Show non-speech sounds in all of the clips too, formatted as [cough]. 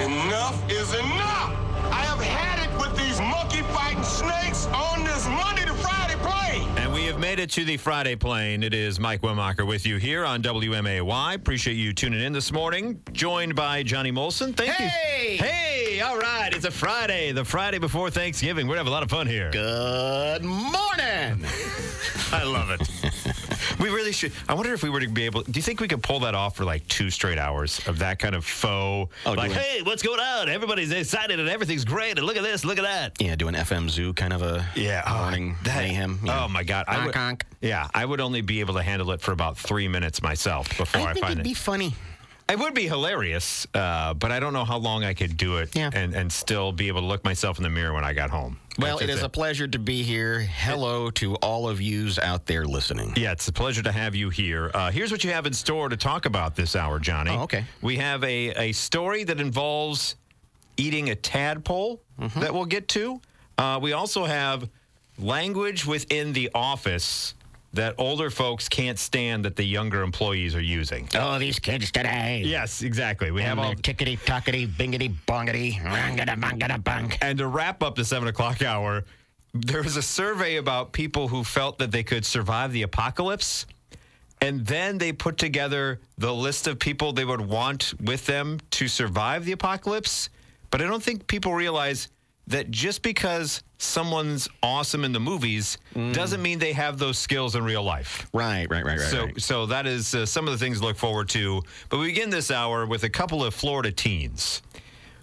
Enough is enough! I have had it with these monkey fighting snakes on this Monday to Friday plane! And we have made it to the Friday plane. It is Mike Wemacher with you here on WMAY. Appreciate you tuning in this morning. Joined by Johnny Molson. Thank Hey! you. Hey! All right, it's a Friday, the Friday before Thanksgiving. We're going to have a lot of fun here. Good morning. [laughs] I love it. we really should. I wonder if we were to be able. Do you think we could pull that off for like two straight hours of that kind of faux? Oh, like, doing- hey, what's going on? Everybody's excited and everything's great. And look at this, look at that. Yeah, doing FM Zoo kind of a oh, morning that- mayhem. Yeah. Oh my god. I Honk, would- honk. Yeah, I would only be able to handle it for about three minutes myself before oh, I, I think find it'd it. be funny. it would be hilarious, uh, but I don't know how long I could do it Yeah. and and still be able to look myself in the mirror when I got home. Well, That's it just is a pleasure to be here. Hello to all of yous out there listening. Yeah, it's a pleasure to have you here. Uh, here's what you have in store to talk about this hour, Johnny. Oh, okay. We have a, a story that involves eating a tadpole Mm-hmm. that we'll get to. Uh, we also have language within the office that older folks can't stand that the younger employees are using. Oh, these kids today. Yes, exactly. We have all. tickety tockety, bingity bongity, rangada bangada bunk. And to wrap up the seven o'clock hour, there was a survey about people who felt that they could survive the apocalypse. And then they put together the list of people they would want with them to survive the apocalypse. But I don't think people realize that just because someone's awesome in the movies doesn't mean they have those skills in real life. Right, right, right, right. So, right. so that is uh, some of the things to look forward to. But we begin this hour with a couple of Florida teens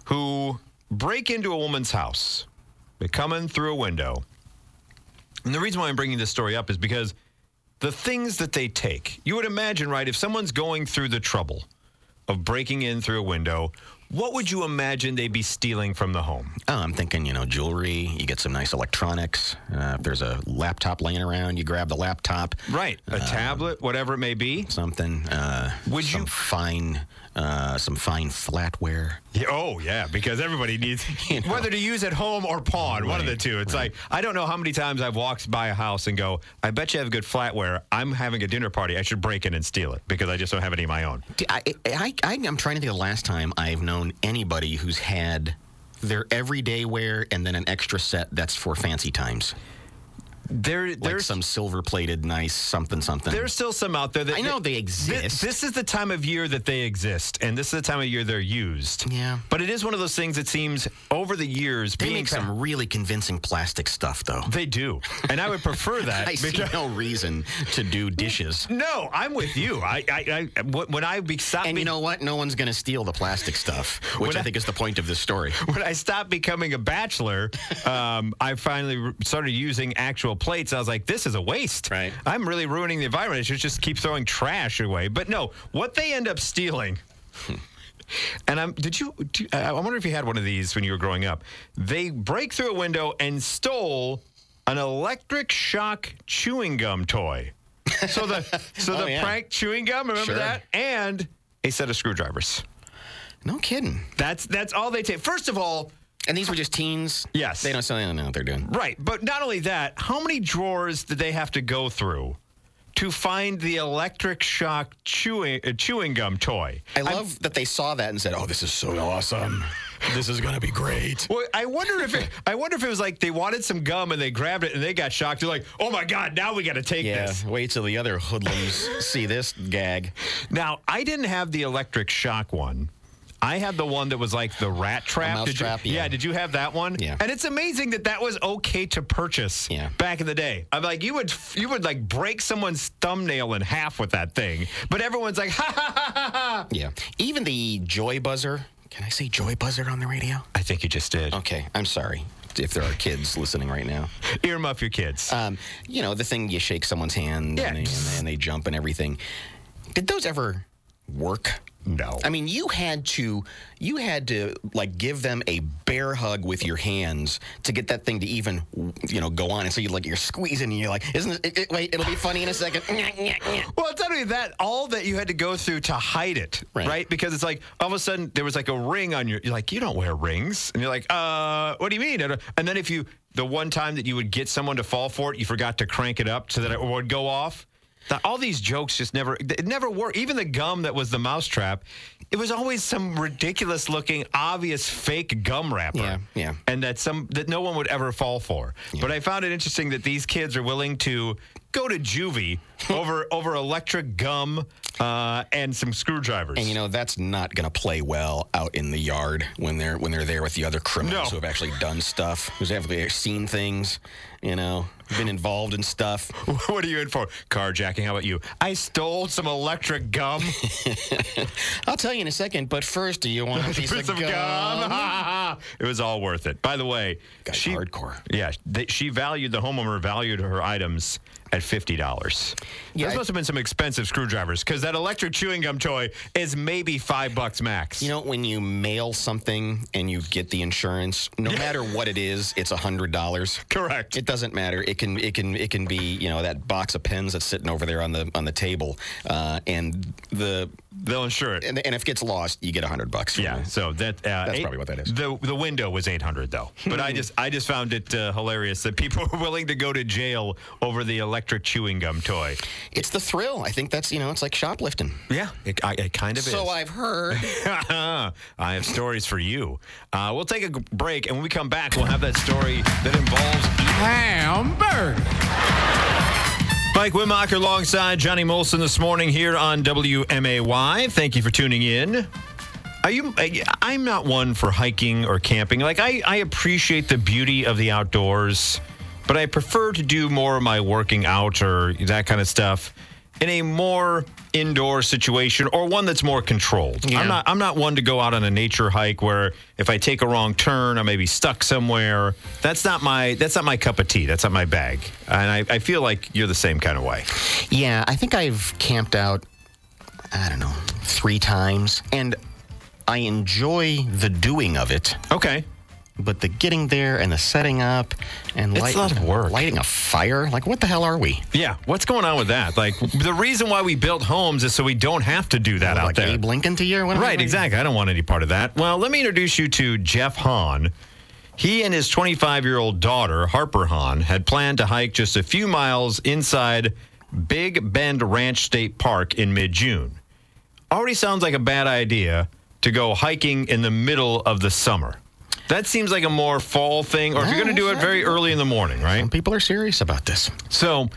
who break into a woman's house. They come in through a window. And the reason why I'm bringing this story up is because the things that they take, you would imagine, right? If someone's going through the trouble of breaking in through a window, what would you imagine they'd be stealing from the home? Oh, I'm thinking, you know, jewelry. You get some nice electronics. Uh, if there's a laptop laying around, you grab the laptop. Right. A tablet, whatever it may be. Something. Uh, Would some you- fine, uh, some fine flatware? Yeah, oh yeah, because everybody [laughs] needs whether to use at home or pawn, one of the two. It's like I don't know how many times I've walked by a house and go, "I bet you have good flatware. I'm having a dinner party. I should break in and steal it because I just don't have any of my own." D- I, I, I, am trying to think of the last time I've known anybody who's had their everyday wear and then an extra set that's for fancy times. There, Like there's some silver plated, nice something, something. there's still some out there that I know they Thi- exist. This is the time of year that they exist, and this is the time of year they're used. Yeah. but it is one of those things that seems over the years they being make kind- some really convincing plastic stuff, though. They do, and I would [laughs] prefer that. I see no reason to do dishes. No, I'm with you. I, I, I when I be, stop And you know what? No one's going to steal the plastic stuff, which When I I- think is the point of this story. when I stopped becoming a [laughs] bachelor, um, I finally r started using actual plates. I was like, this is a waste. Right. I'm really ruining the environment. I should just keep throwing trash away. But no, what they end up [laughs] stealing. And I'm. Did you? Do, I I wonder if you had one of these when you were growing up. They break through a window and stole an electric shock chewing gum toy. So [laughs] the so Oh, the yeah. prank chewing gum. Remember Sure. that? And a set of screwdrivers. No kidding. That's that's all they take. First of all, And these were just teens. Yes. They don't, so they don't know what they're doing. Right. But not only that, how many drawers did they have to go through to find the electric shock chewing, uh, chewing gum toy? I love that they saw that and said, "Oh, this is so awesome! this is gonna be great." Well, I wonder if it, I wonder if it was like they wanted some gum and they grabbed it and they got shocked. They're like, "Oh my god, now we got to take Yeah, this." wait till the other [laughs] hoodlums see this gag. Now, I didn't have the electric shock one. I had the one that was like the rat trap. mouse did you, trap, yeah. did you have that one? Yeah. And it's amazing that that was okay to purchase Yeah. back in the day. I'm like, you would you would like break someone's thumbnail in half with that thing, but everyone's like, [laughs] ha ha ha ha ha. Yeah, even the joy buzzer. Can I say joy buzzer on the radio? I think you just did. Okay, I'm sorry if there are kids listening right now. Earmuff your kids. Um, you know the thing you shake someone's hand Yeah. and, they, and, they, and they jump and everything. Did those ever work? no. I mean, you had to, you had to like give them a bear hug with your hands to get that thing to even, you know, go on. And so you like you're squeezing and you're like, isn't it, it- it- wait, it'll be funny in a second. [laughs] [laughs] Well, it's not only that, all that you had to go through to hide it, right? Right. Because it's like all of a sudden there was like a ring on your. You're like, you don't wear rings, and you're like, uh, what do you mean? I don't-" And then if you, the one time that you would get someone to fall for it, you forgot to crank it up so that it would go off. The- all these jokes just never it never worked. Even the gum that was the mousetrap, it was always some ridiculous looking, obvious fake gum wrapper. Yeah, yeah. And that some that no one would ever fall for. But I found it interesting that these kids are willing to go to [laughs] juvie over over electric gum uh, and some screwdrivers. [laughs] And you know that's not going to play well out in the yard when they're when they're there with the other No. criminals who have actually done stuff, who's actually seen things, you know, been involved in stuff. what are you in for? Carjacking? How about you? I stole some electric gum. I'll tell you in a second, but first, do [laughs] you want a [laughs] piece, piece of gum. [laughs] it was all worth it. By the way, Guy's she hardcore. Yeah, they, she valued the homeowner valued her items at fifty dollars. Yeah, Those I- must have been some expensive screwdrivers because that electric chewing gum toy is maybe five bucks max. You know, when you mail something and you get the insurance, no matter what it is, it's a hundred dollars. correct. It doesn't matter. It can it can it can be you know that box of pens that's sitting over there on the on the table, uh, and the They'll insure it. and, and if it gets lost, you get a hundred bucks. from Yeah, it. so that uh, That's probably what that is. The the window was eight hundred [laughs] though, but I just I just found it uh, hilarious that people [laughs] were willing to go to jail over the electric chewing gum toy. it's the thrill. I think that's you know it's like shoplifting. Yeah, it, I, it kind of is. So I've heard. [laughs] I have stories for you. Uh, we'll take a g- break, and when we come back, we'll have that story that involves Hamburger. Mike Wimacher alongside Johnny Molson this morning here on WMAY. Thank you for tuning in. Are you? I- I'm not one for hiking or camping. Like I, I appreciate the beauty of the outdoors, but I prefer to do more of my working out or that kind of stuff in a more indoor situation or one that's more controlled. I'm not. I'm not one to go out on a nature hike where if I take a wrong turn, I may be stuck somewhere. That's not my. That's not my cup of tea. That's not my bag. And I, I feel like you're the same kind of way. [laughs] Yeah, I think I've camped out, I don't know, three times. And I enjoy the doing of it, Okay. but the getting there and the setting up and It's a lot of work. lighting a fire. Like, what the hell are we? Yeah, what's going on with that? Like, the reason why we built homes is so we don't have to do that out like there. Abe Lincoln to you or whatever? Right, exactly. I don't want any part of that. Well, let me introduce you to Jeff Hahn. He and his 25 year old daughter, Harper Hahn, had planned to hike just a few miles inside Big Bend Ranch State Park in mid June. Already sounds like a bad idea to go hiking in the middle of the summer. That seems like a more fall thing, or if you're No, going to do it that's very right. early in the morning, right? And people are serious about this. So,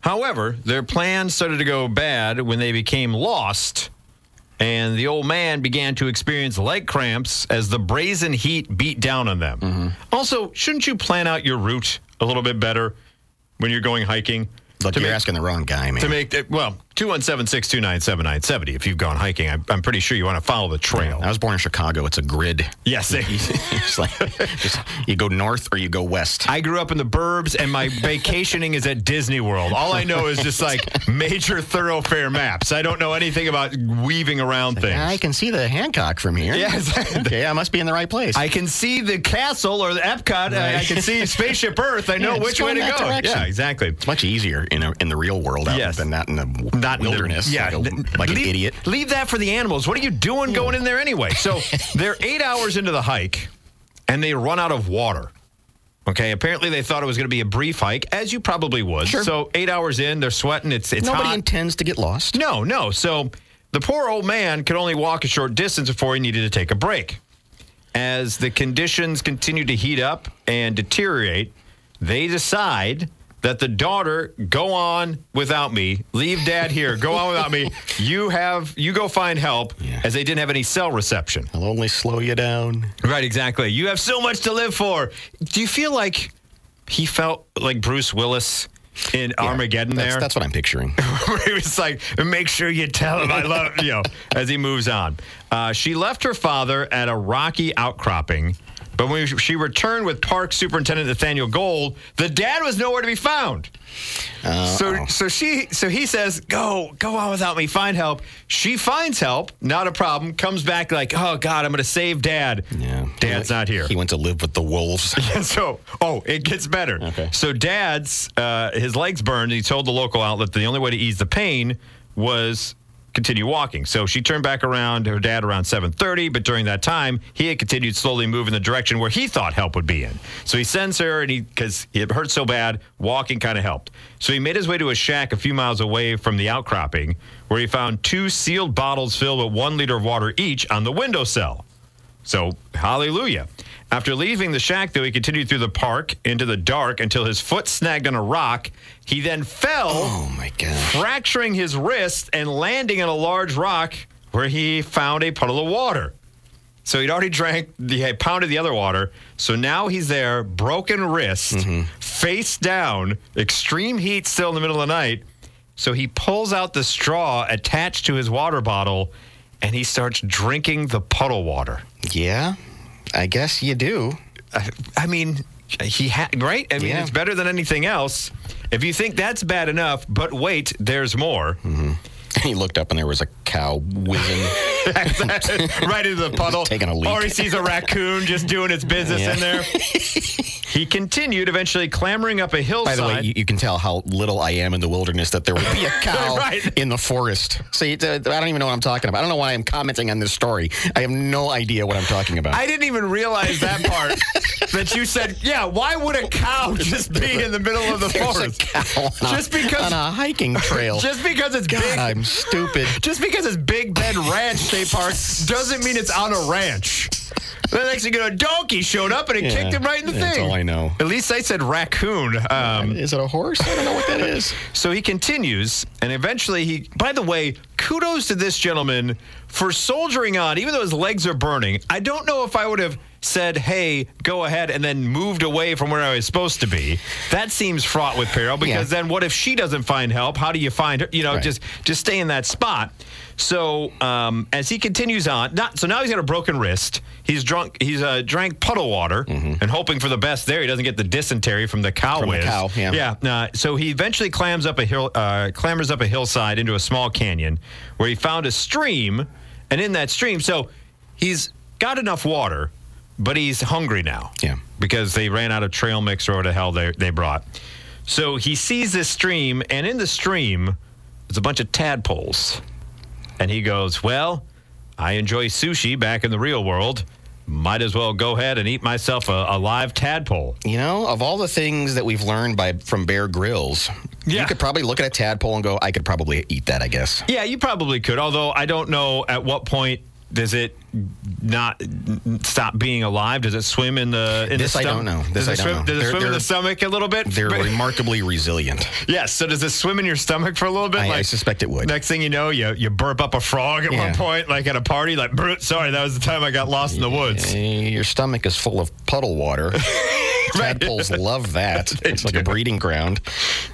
however, their plans started to go bad when they became lost, and the old man began to experience leg cramps as the brazen heat beat down on them. Mm-hmm. Also, shouldn't you plan out your route a little bit better when you're going hiking? Look, To you're make- asking the wrong guy, man. To make it, well, 217 629 7970. If you've gone hiking, I'm, I'm pretty sure you want to follow the trail. I was born in Chicago. It's a grid. [laughs] Yes, they- it's like [laughs] it's- you go north or you go west. I grew up in the burbs, and my vacationing is at Disney World. All I know is just like major thoroughfare maps. I don't know anything about weaving around things. I can see the Hancock from here. Yeah, exactly. [laughs] okay, I must be in the right place. I can see the castle or the Epcot. I, I can see Spaceship Earth. I know Yeah, which just go way in to go. that direction. Yeah, exactly. It's much easier in a, in the real world out Yes. than not in the w- Not in the- wilderness. yeah, like, n- a, like an leave- idiot. Leave that for the animals. What are you doing going in there anyway? [laughs] So they're eight hours into the hike, and they run out of water. Okay, apparently they thought it was going to be a brief hike, as you probably would. Sure. So eight hours in, they're sweating. It's it's Nobody hot. intends to get lost. No, no. So the poor old man could only walk a short distance before he needed to take a break. As the conditions continued to heat up and deteriorate, they decide that the daughter go on without me, leave dad here, go on without me. You have you go find help Yeah. as they didn't have any cell reception. I'll only slow you down. Right, exactly. You have so much to live for. Do you feel like he felt like Bruce Willis in Armageddon That's, there? that's what [laughs] I'm picturing. where he was like, make sure you tell him I love you know, as he moves on. Uh, she left her father at a rocky outcropping, but when she returned with park superintendent Nathaniel Gold, the dad was nowhere to be found. So, so she, so he says, "Go, go on without me. Find help." She finds help, not a problem. Comes back like, "Oh God, I'm going to save Dad." Yeah. Dad's not here. He went to live with the wolves. And [laughs] so, oh, it gets better. Okay. So, dad's, uh, his legs burned. He told the local outlet that the only way to ease the pain was continue walking. So she turned back around to her dad around 7:30, but during that time, he had continued slowly moving the direction where he thought help would be in. So he sends her and he cuz it hurt so bad, walking kind of helped. So he made his way to a shack a few miles away from the outcropping where he found two sealed bottles filled with 1 liter of water each on the windowsill. So, hallelujah. After leaving the shack, though, he continued through the park into the dark until his foot snagged on a rock. He then fell Oh my gosh. fracturing his wrist and landing on a large rock where he found a puddle of water. So he'd already drank, he had pounded the other water. So now he's there, broken wrist, face down, extreme heat still in the middle of the night. So he pulls out the straw attached to his water bottle and he starts drinking the puddle water. Yeah, I guess you do. [laughs] I, I mean, he had right. I mean, Yeah. it's better than anything else. If you think that's bad enough, but wait, there's more. Hmm. He looked up and there was a cow whizzing. [laughs] right into the puddle. taking a leak. Or he sees a raccoon just doing its business Yeah. in [laughs] there. he continued, eventually clambering up a By hillside. the way, you, you can tell how little I am in the wilderness that there [laughs] would be a cow Right. in the forest. See, it's, uh, I don't even know what I'm talking about. I don't know why I'm commenting on this story. I have no idea what I'm talking about. I didn't even realize that [laughs] part. that you said, yeah, why would a cow just be in the middle of the There's a forest? cow on a- Just because on [laughs] a hiking trail. just because it's big God, I'm stupid. just because it's Big Bend Ranch State Park doesn't mean it's on a ranch. The next thing you know, a donkey showed up and it Yeah, kicked him right in the that's thing. all I know. At least I said raccoon. Um, Is it a horse? I don't know what that is. So he continues, and eventually he. By the way, kudos to this gentleman for soldiering on, even though his legs are burning. I don't know if I would have said, "Hey, go ahead," and then moved away from where I was supposed to be. That seems fraught with peril because Yeah. then what if she doesn't find help? How do you find her? You know, Right. just just stay in that spot. So um, as he continues on, not so now he's got a broken wrist. He's drunk. He's uh, drank puddle water and hoping for the best. There, he doesn't get the dysentery from the cow Mm-hmm. From the whiz. cow, yeah. yeah. Uh, so he eventually clams up a hill, uh, clambers up a hillside into a small canyon, where he found a stream, and in that stream, so he's got enough water, but he's hungry now. Yeah. because they ran out of trail mix or whatever the hell they they brought. So he sees this stream, and in the stream, there's a bunch of tadpoles, and he goes, "Well, I enjoy sushi back in the real world." Might as well go ahead and eat myself a, a live tadpole. You know, of all the things that we've learned by from Bear Grylls, Yeah. you could probably look at a tadpole and go, "I could probably eat that." I guess. Yeah, you probably could. Although I don't know at what point does it not n- stop being alive? Does it swim in the in This the I stom- don't know. This does it I don't swim, know. Does it They're- swim in the they're- stomach a little bit? They're But- remarkably resilient. [laughs] yes. So does it swim in your stomach for a little bit? I- I suspect it would. Next thing you know, you you burp up a frog at one Yeah. point, like at a party, like "Brr, sorry, that was the time I got lost in the woods. Eh, Your stomach is full of [laughs] puddle water. Tadpoles love that. It's like a breeding ground.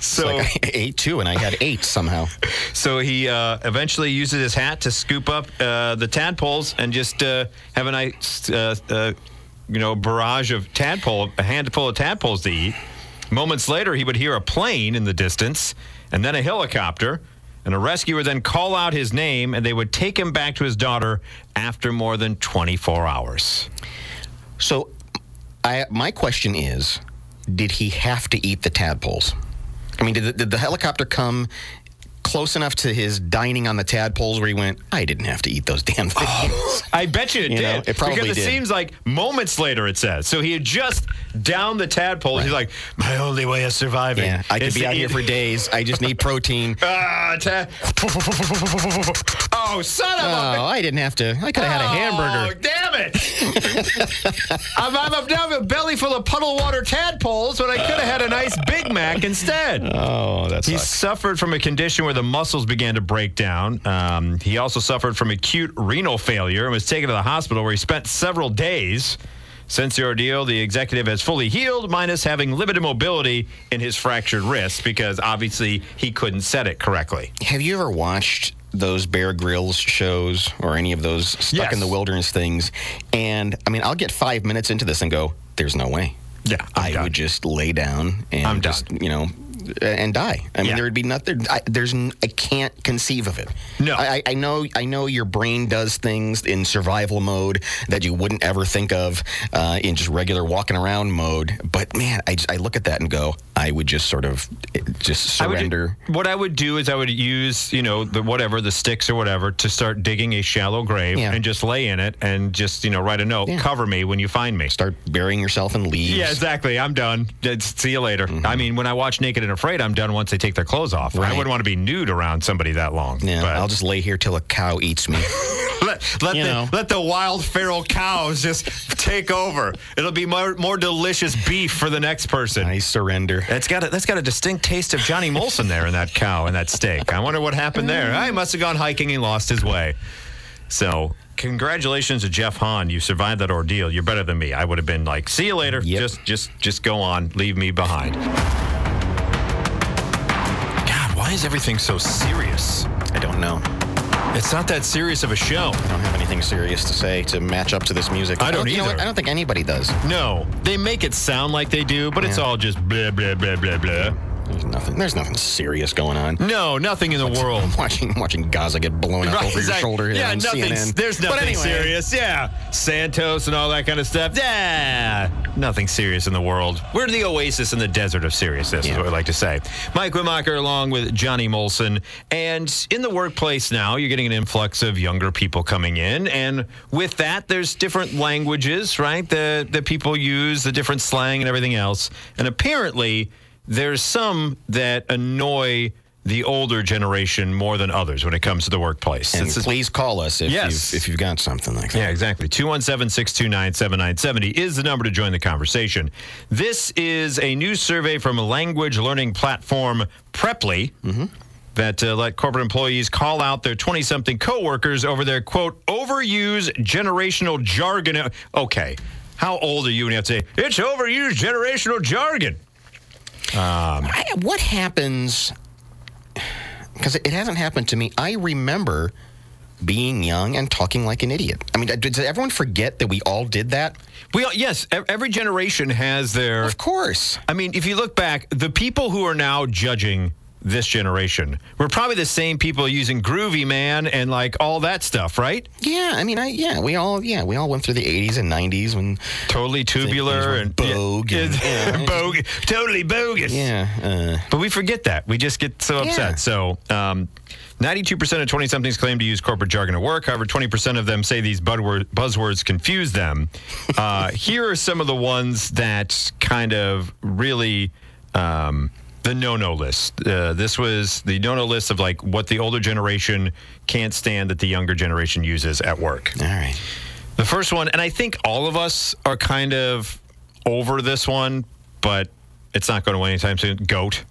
So So- [laughs] I ate two, and I had eight somehow. So he uh, eventually uses his hat to scoop up uh, the tadpoles and just uh, have a nice, uh, uh, you know, barrage of tadpole, a handful of tadpoles to eat. Moments later, he would hear a plane in the distance, and then a helicopter, and a rescuer would then call out his name, and they would take him back to his daughter after more than 24 hours. So, I my question is, did he have to eat the tadpoles? I mean, did the, did the helicopter come close enough to his dining on the tadpoles where he went, "I didn't have to eat those Oh. damn things." [laughs] I bet you it You did. know, it probably because it did. seems like moments later it says. So he had just downed the tadpole. He's like, my only way of surviving. yeah, I could is be to out here eat- [laughs] for days. I just need protein. Ah, ta- oh, son of Oh, a. I didn't have to. I could have had a hamburger. Oh, damn it! [laughs] I'm, I'm, I'm now a belly full of puddle water tadpoles when I could have had a nice Big Mac instead. Oh, that's He suffered from a condition where the muscles began to break down. Um, he also suffered from acute renal failure and was taken to the hospital where he spent several days. Since the ordeal, the executive has fully healed, minus having limited mobility in his fractured wrist because obviously he couldn't set it correctly. Have you ever watched those Bear Grylls shows or any of those stuck Yes. in the wilderness things? And I mean, I'll get five minutes into this and go, "There's no way." Yeah, I'm I done. would just lay down and I'm just you know and die. I mean, Yeah. there would be nothing. I, there's, n- I can't conceive of it. No. I, I- I know, I know, your brain does things in survival mode that you wouldn't ever think of uh, in just regular walking around mode. But man, I, just, I look at that and go, I would just sort of, it- just I would- surrender. what I would do is I would use, you know, the whatever, the sticks or whatever, to start digging a shallow grave Yeah. and just lay in it and just, you know, write a note, Yeah. cover me when you find me. Start burying yourself in leaves. Yeah, exactly. I'm done. It's- see you later. I mean, when I watch Naked and Afraid, I'm done once they take their clothes off. I Mm-hmm. Right. wouldn't want to be nude around somebody that long. Yeah, but I'll just lay here till a cow eats me. [laughs] let, let, you the, know. let the wild feral cows just [laughs] take over. It'll be more, more delicious beef for the next person. I surrender. That's got a, that's got a distinct taste of Johnny Molson there in that cow and that steak. I wonder what happened there. Mm. I must have gone hiking and lost his way. So, congratulations to Jeff Hahn. You survived that ordeal. You're better than me. I would have been like, "See you later. Yep. Just just just go on. Leave me behind." God, why is everything so serious? I don't know. It's not that serious of a show. I don't have anything serious to say to match up to this music. I don't you know either. what? I don't think anybody does. No, they make it sound like they do, but it's all just blah blah blah blah blah. There's nothing. There's nothing serious going on. [laughs] No, nothing in the world. I'm watching watching Gaza get blown up Right, over your exact- shoulder here Yeah, on nothing. CNN. There's But nothing anyway, serious. Yeah, Santos and all that kind of stuff. Yeah, nothing serious in the world. We're the oasis in the desert of seriousness, is Yeah. what we like to say. Mike Wimacher, along with Johnny Molson, and in the workplace now, you're getting an influx of younger people coming in, and with that, there's different languages, right? That that people use, the different slang and everything else, and apparently. There's some that annoy the older generation more than others when it comes to the workplace. And It's a- please call us if Yes. you've, if you've got something like that. yeah, exactly. 217 629 7970 is the number to join the conversation. This is a new survey from language learning platform Preply that uh, let corporate employees call out their 20 something coworkers over their quote, overused generational jargon. Okay, how old are you when you have to say, it's overused generational jargon? I, what happens? Because it hasn't happened to me. I remember being young and talking like an idiot. I mean, did, did everyone forget that we all did that? We all, yes, ev- every generation has their. Of course. I mean, if you look back, the people who are now judging this generation were probably the same people using Groovy Man and like all that stuff, right? Yeah, I mean, I yeah, we all yeah, we all went through the 80s and 90s when Totally tubular and [laughs] bogue and- Yeah, bogue- totally bogus. yeah, uh, But we forget that. We just get so upset. Yeah. So, um, 92% of 20 somethings claim to use corporate jargon at work. However, 20% of them say these budwor- buzzwords confuse them. Uh, here are some of the ones that kind of really. Um, the no-no list. Uh, this was the no-no list of like what the older generation can't stand that the younger generation uses at work. all right. The first one, and I think all of us are kind of over this one, but it's not going away anytime soon. Goat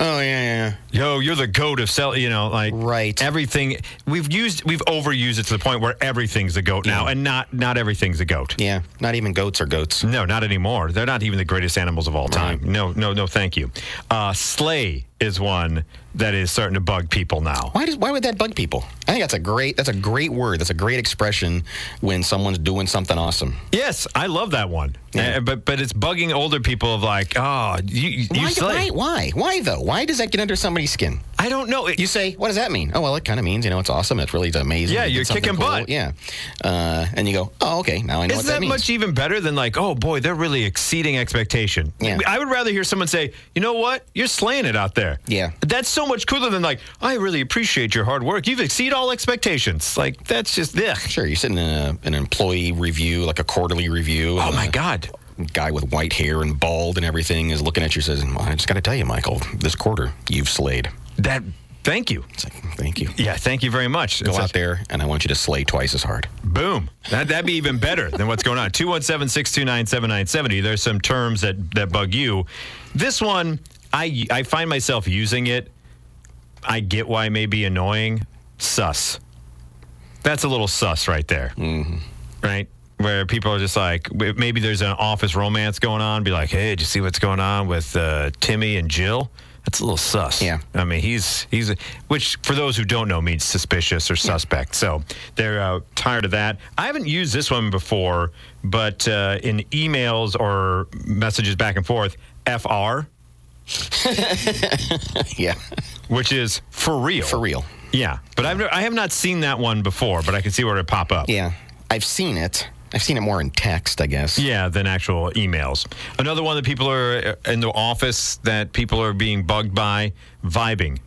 Oh yeah, yeah, yeah. yo, you're the goat of sell. You know, like Right. Everything we've used, we've overused it to the point where everything's a goat now, and not not everything's a goat. Yeah, not even goats are goats. No, not anymore. They're not even the greatest animals of all time. No, no, no. Thank you. Uh, sleigh is one that is starting to bug people now. Why does why would that bug people? I think that's a great that's a great word. That's a great expression when someone's doing something awesome. Yes, I love that one. Uh, but but it's bugging older people of like, oh, you, you why, sleigh. why why why though? Why does that get under somebody's skin? I don't know. It- You say, what does that mean? Oh well, it kind of means you know it's awesome. It's really amazing. Yeah, we did you're something kicking cool. butt. Yeah, uh, and you go, oh okay, now I know Isn't what that, that, means. much even better than like, oh boy, they're really exceeding expectation? Yeah. I would rather hear someone say, you know what, you're slaying it out there. Yeah. That's so much cooler than like, I really appreciate your hard work. You've exceeded all expectations. Like, that's just, ugh. Sure, you're sitting in a, an employee review, like a quarterly review. Oh and my the God. Guy with white hair and bald and everything is looking at you, says, well, "I just got to tell you, Michael, this quarter you've slayed." That, thank you. It's like, thank you. Yeah, thank you very much. Go It's out like, there, and I want you to slay twice as hard. Boom. That, that'd be even better than what's going on. 217 629 7970. There's some terms that, that bug you. This one, I, I find myself using it. I get why it may be annoying. Sus. That's a little sus right there. Mm-hmm. Right? Where people are just like, w- maybe there's an office romance going on. Be like, hey, did you see what's going on with uh, Timmy and Jill? That's a little sus. Yeah. I mean, he's he's which for those who don't know means suspicious or suspect. So they're uh, tired of that. I haven't used this one before, but uh, in emails or messages back and forth, fr. Yeah, which is for real. [laughs] for real. Yeah, but I've never, I have not seen that one before, but I can see where it pop up. Yeah, I've seen it. I've seen it more in text, I guess. Yeah, than actual emails. Another one that people are uh, in the office that people are being bugged by vibing.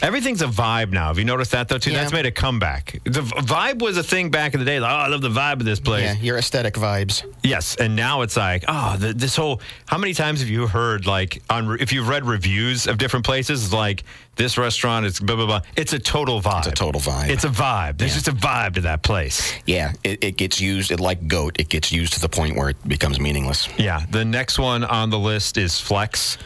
Everything's a vibe now. Have you noticed that though too? Yeah. That's made a comeback. The v- vibe was a thing back in the day. Like, oh, I love the vibe of this place. Yeah, your aesthetic vibes. Yes, and now it's like, oh, the, this whole. How many times have you heard like on re- if you've read reviews of different places, like this restaurant is blah blah blah. It's a total vibe. It's a total vibe. It's a vibe. There's just a vibe to that place. Yeah, it, it gets used it like goat. It gets used to the point where it becomes meaningless. Yeah. The next one on the list is flex.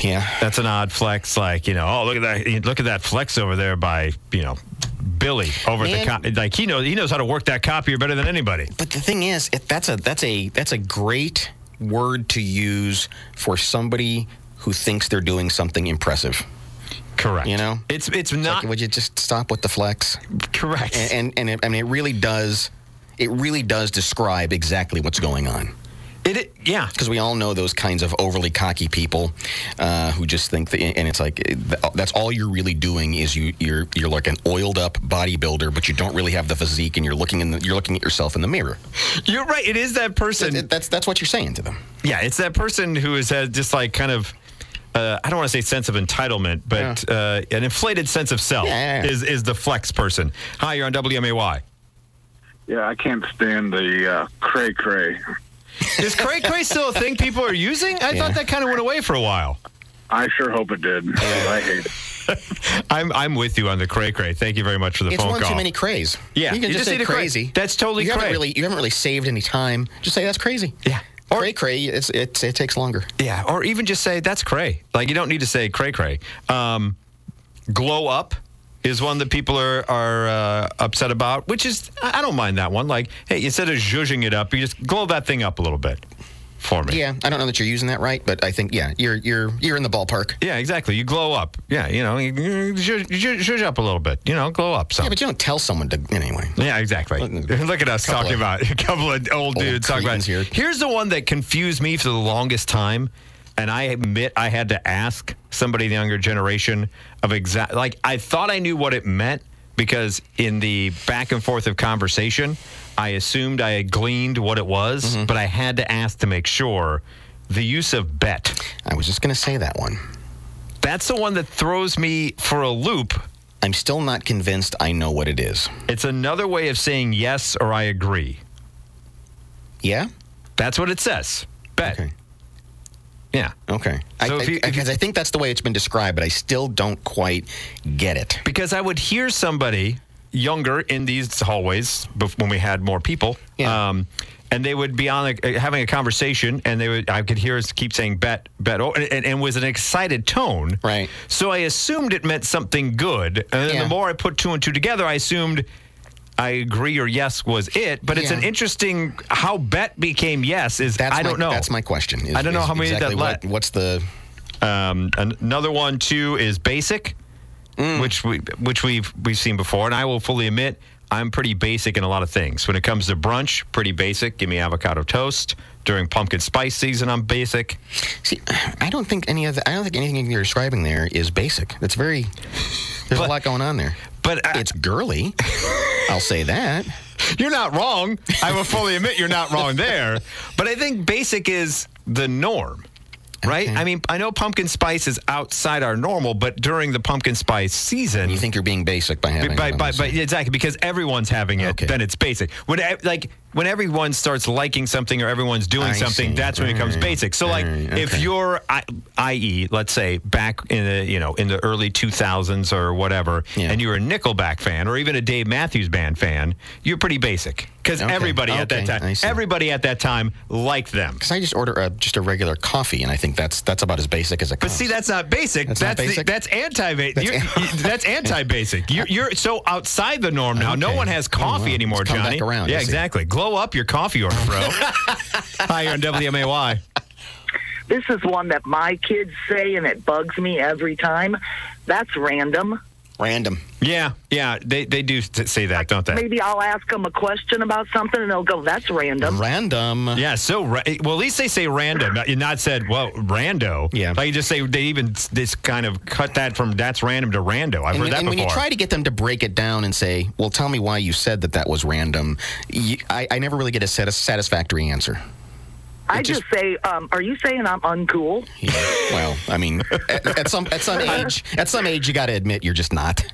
Yeah, That's an odd flex. Like you know, oh look at that, look at that flex over there by you know Billy over at Man. the co- like he knows he knows how to work that copier better than anybody. but the thing is, it, that's a that's a that's a great word to use for somebody who thinks they're doing something impressive. Correct. You know? it's it's Like, not would you just stop with the flex? correct. And and, and it, I mean, it really does. It really does describe exactly what's going on. It, it yeah. because we all know those kinds of overly cocky people uh, who just think that, and it's like eh, th- that's all you're really doing is you you're you're like an oiled up bodybuilder, but you don't really have the physique, and you're looking in the, you're looking at yourself in the mirror. You're right. It is that person. Th- That's that's what you're saying to them. Yeah, it's that person who has had just like kind of. Uh, I don't want to say sense of entitlement, but uh, an inflated sense of self Yeah, yeah, yeah. is is the flex person. Hi, you're on WMAY. Yeah, I can't stand the uh, cray cray. Is cray cray still a thing people are using? I thought that kind of went away for a while. I sure hope it did. I hate it. I'm I'm with you on the cray cray. Thank you very much for the It's phone one call. too many crays. Yeah, you can you just, just say need a cray. crazy. That's totally you cray. Haven't really, you haven't really saved any time. Just say that's crazy. Yeah. Or- cray cray. It's, it's it takes longer. yeah, or even just say that's cray. Like you don't need to say cray cray. Um, glow up is one that people are are uh, upset about, which is I I don't mind that one. Like hey, instead of zhuzhing it up, you just glow that thing up a little bit for me. Yeah, I don't know that you're using that right, but I think yeah, you're you're you're in the ballpark. Yeah, exactly. You glow up. Yeah, you know, you- you zhuzh zhuzh- zhuzh up a little bit. You know, glow up some. Yeah, but you don't tell someone to anyway. Yeah, exactly. [laughs] Look at us talking of- about [laughs] a couple of old, dudes talking about. cretins here. Here's the one that confused me for the longest time, and I admit I had to ask somebody in the younger generation of exact. Like I thought I knew what it meant because in the back and forth of conversation, I assumed I had gleaned what it was, but I had to ask to make sure. The use of bet. I was just gonna say that one. That's the one that throws me for a loop. I'm still not convinced I know what it is. It's another way of saying yes or I agree. Yeah? That's what it says. Bet. Okay. Yeah. Okay. I- So I, if you- if because I think that's the way it's been described, but I still don't quite get it. Because I would hear somebody younger in these hallways bef- when we had more people. Yeah. Um, and they would be on a, uh, having a conversation, and they would. I could hear us keep saying "bet, bet," oh, and, and, and was an excited tone. Right. So I assumed it meant something good, and then Yeah. the more I put two and two together, I assumed I agree or yes was it. But it's Yeah. an interesting how bet became yes is That's I don't my, know. That's my question. is- I don't know is how many that exactly let. What, what's the. Um, an- another one too is basic, which we which we've we've seen before, and I will fully admit I'm pretty basic in a lot of things. When it comes to brunch, pretty basic. Give me avocado toast during pumpkin spice season. I'm basic. See, I don't think any of the, I don't think anything you're describing there is basic. It's very. There's But- a lot going on there. But I, It's girly. I'll say that. you're not wrong. I will fully admit you're not wrong there. But I think basic is the norm, right? I mean, I know pumpkin spice is outside our normal, but during the pumpkin spice season, You think you're being basic by having. By, it on by, this. by, exactly, because everyone's having it, Okay. then it's basic. When e- like when everyone starts liking something or everyone's doing I something, see. that's when it becomes Alright. basic. So like Alright, if okay. you're, I- i.e., let's say back in the you know in the early 2000s or whatever, Yeah. and you were a Nickelback fan or even a Dave Matthews Band fan, you're pretty basic because Okay. everybody at that Okay, I time, see. everybody at that time liked them. 'Cause I just order a, just a regular coffee, and I think that's that's about as basic as it But comes. see, that's not basic. That's That's not The, basic? that's anti. That's, That's an- that's anti-basic. You're, you're so outside the norm now. No Okay. one has Oh, wow. coffee It's anymore, come Johnny. back around, yeah, I see. exactly. Glow up your coffee order, [laughs] bro. Hi, you're on WMAY. This is one that my kids say, and it bugs me every time. That's random. Random. Yeah, yeah, they they do t- say that, don't they? Maybe I'll ask them a question about something and they'll go, that's random. Random. Yeah, so ra- eh, well, at least they say random, not, not said well rando. Yeah. like you just say they even s- this kind of cut that from that's random to rando. I've And, heard when, that and when before. you try to get them to break it down and say, "Well, tell me why you said that that was random," you, I, I never really get a, sat- a satisfactory answer. I just- just say, um, are you saying I'm uncool? [laughs] Yeah. [laughs] well, I mean, at, at some at some age, at some age, you got to admit you're just not.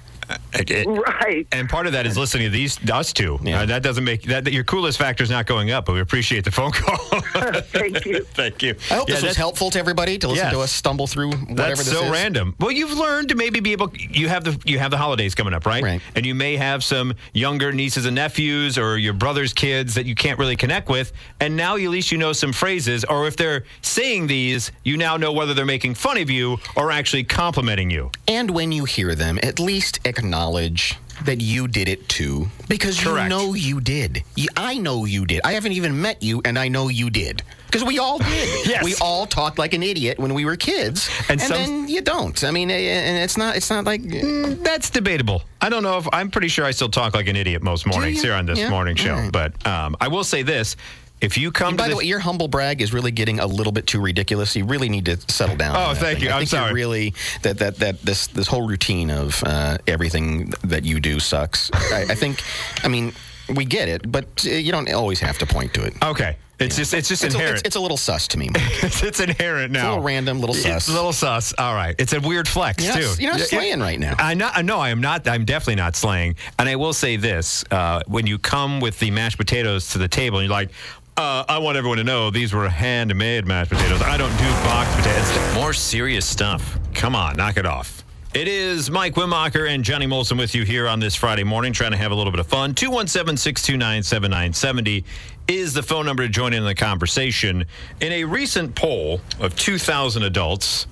It- it- Right. and part of that is listening to these us two. Yeah. Uh, that doesn't make that, that your coolest factor is not going up, but we appreciate the phone call. [laughs] Thank you. Thank you. I hope Yeah, this was that's- helpful to everybody to listen Yes. to us stumble through whatever That's this so is. random. Well, you've learned to maybe be able. You have the you have the holidays coming up, right? Right. And you may have some younger nieces and nephews or your brother's kids that you can't really connect with. And now you- at least you know some phrases, or if they're saying these, you now know whether they're making fun of you or actually complimenting you. And when you hear them, at least acknowledge that you did it too, because Correct. you know you did. You- I know you did. I haven't even met you, and I know you did. Because we all [laughs] did. Yes. We all talked like an idiot when we were kids, And and, some- then you don't. I mean, eh, eh, and it's not. It's not like. eh, Mm, That's debatable. I don't know if I'm pretty sure I still talk like an idiot most mornings you? here on this Yeah. morning show. All right. But um, I will say this: if you come By to the this- way, your humble brag is really getting a little bit too ridiculous. You really need to settle down. Oh, on that thank thing. you. I I'm think you're sorry. Really, that that that this this whole routine of uh, everything that you do sucks. I, I think. I mean, we get it, but uh, you don't always have to point to it. okay, it's just it's just It's a, inherent. it's, it's a little sus to me. Mike. [laughs] it's, it's inherent now. a little random, little It's sus. a little sus. All right. It's a weird flex You're not- too. you're not Yeah, slaying yeah. right now. I'm not. No, I am not. I'm definitely not slaying. And I will say this: uh, when you come with the mashed potatoes to the table, and you're like. Uh, I want everyone to know these were handmade mashed potatoes. I don't do boxed potatoes. More serious stuff. Come on, knock it off. It is Mike Wimacher and Johnny Molson with you here on this Friday morning, trying to have a little bit of fun. 217 629 7970 is the phone number to join in the conversation. In a recent poll of 2,000 adults,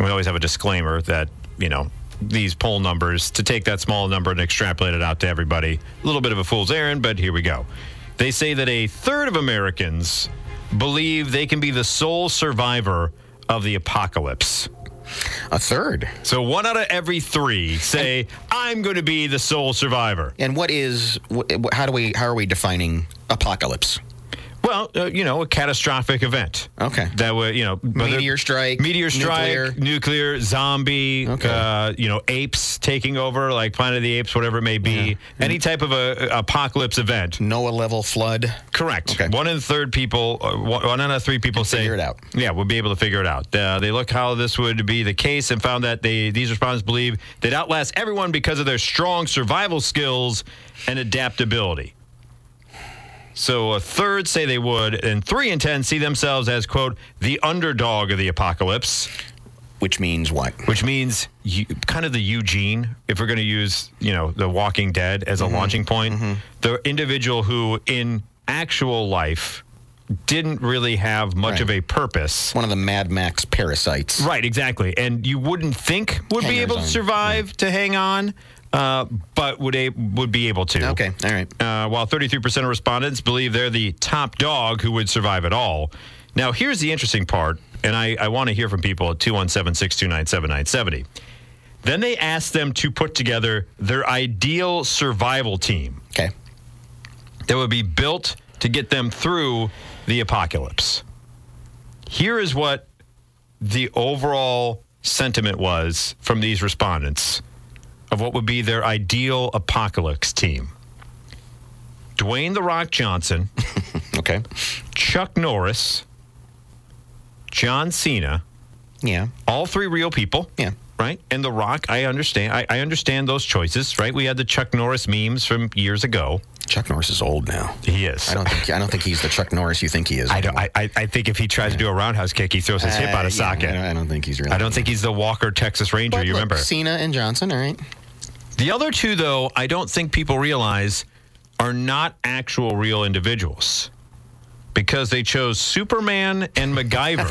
we always have a disclaimer that, you know, these poll numbers, to take that small number and extrapolate it out to everybody, a little bit of a fool's errand, but here we go. They say that a third of Americans believe they can be the sole survivor of the apocalypse. a third. So one out of every three say, I'm going to be the sole survivor. And what is? What, how do we? How are we defining apocalypse? Well, uh, you know, a catastrophic event. Okay. That would, you know, whether- Meteor strike, meteor strike, nuclear, nuclear. zombie, Okay. uh, you know, apes taking over, like Planet of the Apes, whatever it may be. Any type of a apocalypse event. Noah level flood. Correct. Okay. One in third people, uh, one one out of three people say, figure it out. Yeah, we'll be able to figure it out. Uh, they look how this would be the case and found that they these respondents believe they'd outlast everyone because of their strong survival skills and adaptability. So a third say they would, and three in ten see themselves as quote the underdog of the apocalypse, Which means what? which means you, kind of the Eugene, if we're going to use you know the Walking Dead as a Mm-hmm. launching point, the individual who in actual life didn't really have much Right. of a purpose. One of the Mad Max parasites. Right, exactly. And you wouldn't think would be Hangers able to on, survive to hang on, uh, but would a- would be able to. Okay. All right. Uh, while 33% of respondents believe they're the top dog who would survive at all. Now, here's the interesting part, and I, I want to hear from people at 217 629 7970. Then they asked them to put together their ideal survival team Okay. that would be built to get them through the apocalypse. Here is what the overall sentiment was from these respondents of what would be their ideal apocalypse team Dwayne The Rock Johnson, Okay. Chuck Norris, John Cena, Yeah. all three real people. Yeah. Right? And The Rock, I understand. I, I understand those choices, right? We had the Chuck Norris memes from years ago. Chuck Norris is old now. He is. I don't think I don't think he's the Chuck Norris you think he is. I don't. I, I I think if he tries to do a roundhouse kick, he throws his hip Uh, out of yeah, socket. I don't, I don't think he's really. I don't think he's the Walker Texas Ranger. But you look, remember Cena and Johnson? All right. the other two, though. I don't think people realize are not actual real individuals. because they chose Superman and [laughs] MacGyver.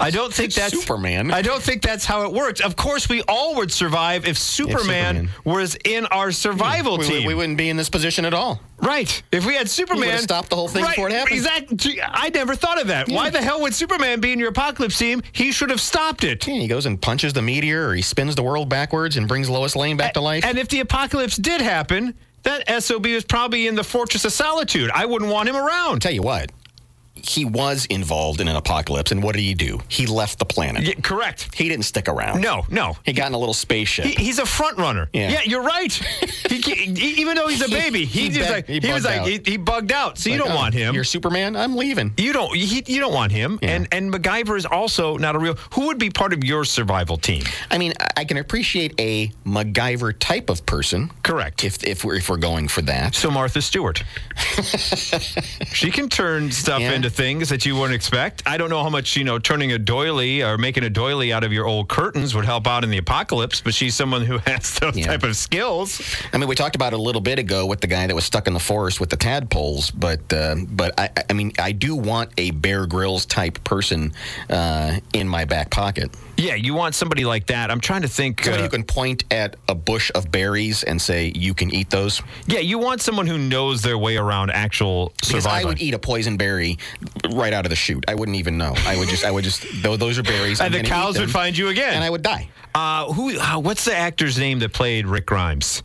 I don't think that's Superman. I don't think that's how it works. Of course, we all would survive if Superman, Superman- Hmm. was in our survival We- team. we, we wouldn't be in this position at all. Right. If we had Superman, would've stopped the whole thing Right, before it happened. Exactly. Gee, I never thought of that. Why the hell would Superman be in your apocalypse team? He should have stopped it. Yeah, he goes and punches the meteor, or he spins the world backwards and brings Lois Lane back to life. And if the apocalypse did happen, that SOB is probably in the Fortress of Solitude. I wouldn't want him around. Tell you what, he was involved in an apocalypse, and what did he do? He left the planet. Yeah, correct. He didn't stick around. No, no. he got in a little spaceship. He, he's a front runner. Yeah. you're right. he, he- even though he's a baby, he, he just bug- like he he, was bugged like out. he, he bugged out. So you Like, don't "Oh, want him. You're Superman. I'm leaving. You don't. He, you don't want him. Yeah. And and MacGyver is also not a real. Who would be part of your survival team? I mean, I- I can appreciate a MacGyver type of person. Correct. If if we're, if we're going for that, So Martha [laughs] Stewart. she can turn stuff Yeah. into things that you wouldn't expect. I don't know how much, you know, turning a doily or making a doily out of your old curtains would help out in the apocalypse, but she's someone who [laughs] has those Yeah. type of skills. I mean, we talked about it a little bit ago with the guy that was stuck in the forest with the tadpoles, but uh, but I, I- I mean, I do want a Bear Grylls type person uh, in my back pocket. Yeah, you want somebody like that. I'm trying to think. Somebody uh, who can point at a bush of berries and say, "You can eat those." yeah, you want someone who knows their way around actual Because I survival. would eat a poison berry right out of the chute. I wouldn't even know. I would just, I would just, though those are berries. I'm and Uh, the gonna eat cows would them, find you again. and I would die. uh, who? Uh, what's the actor's name that played Rick Grimes?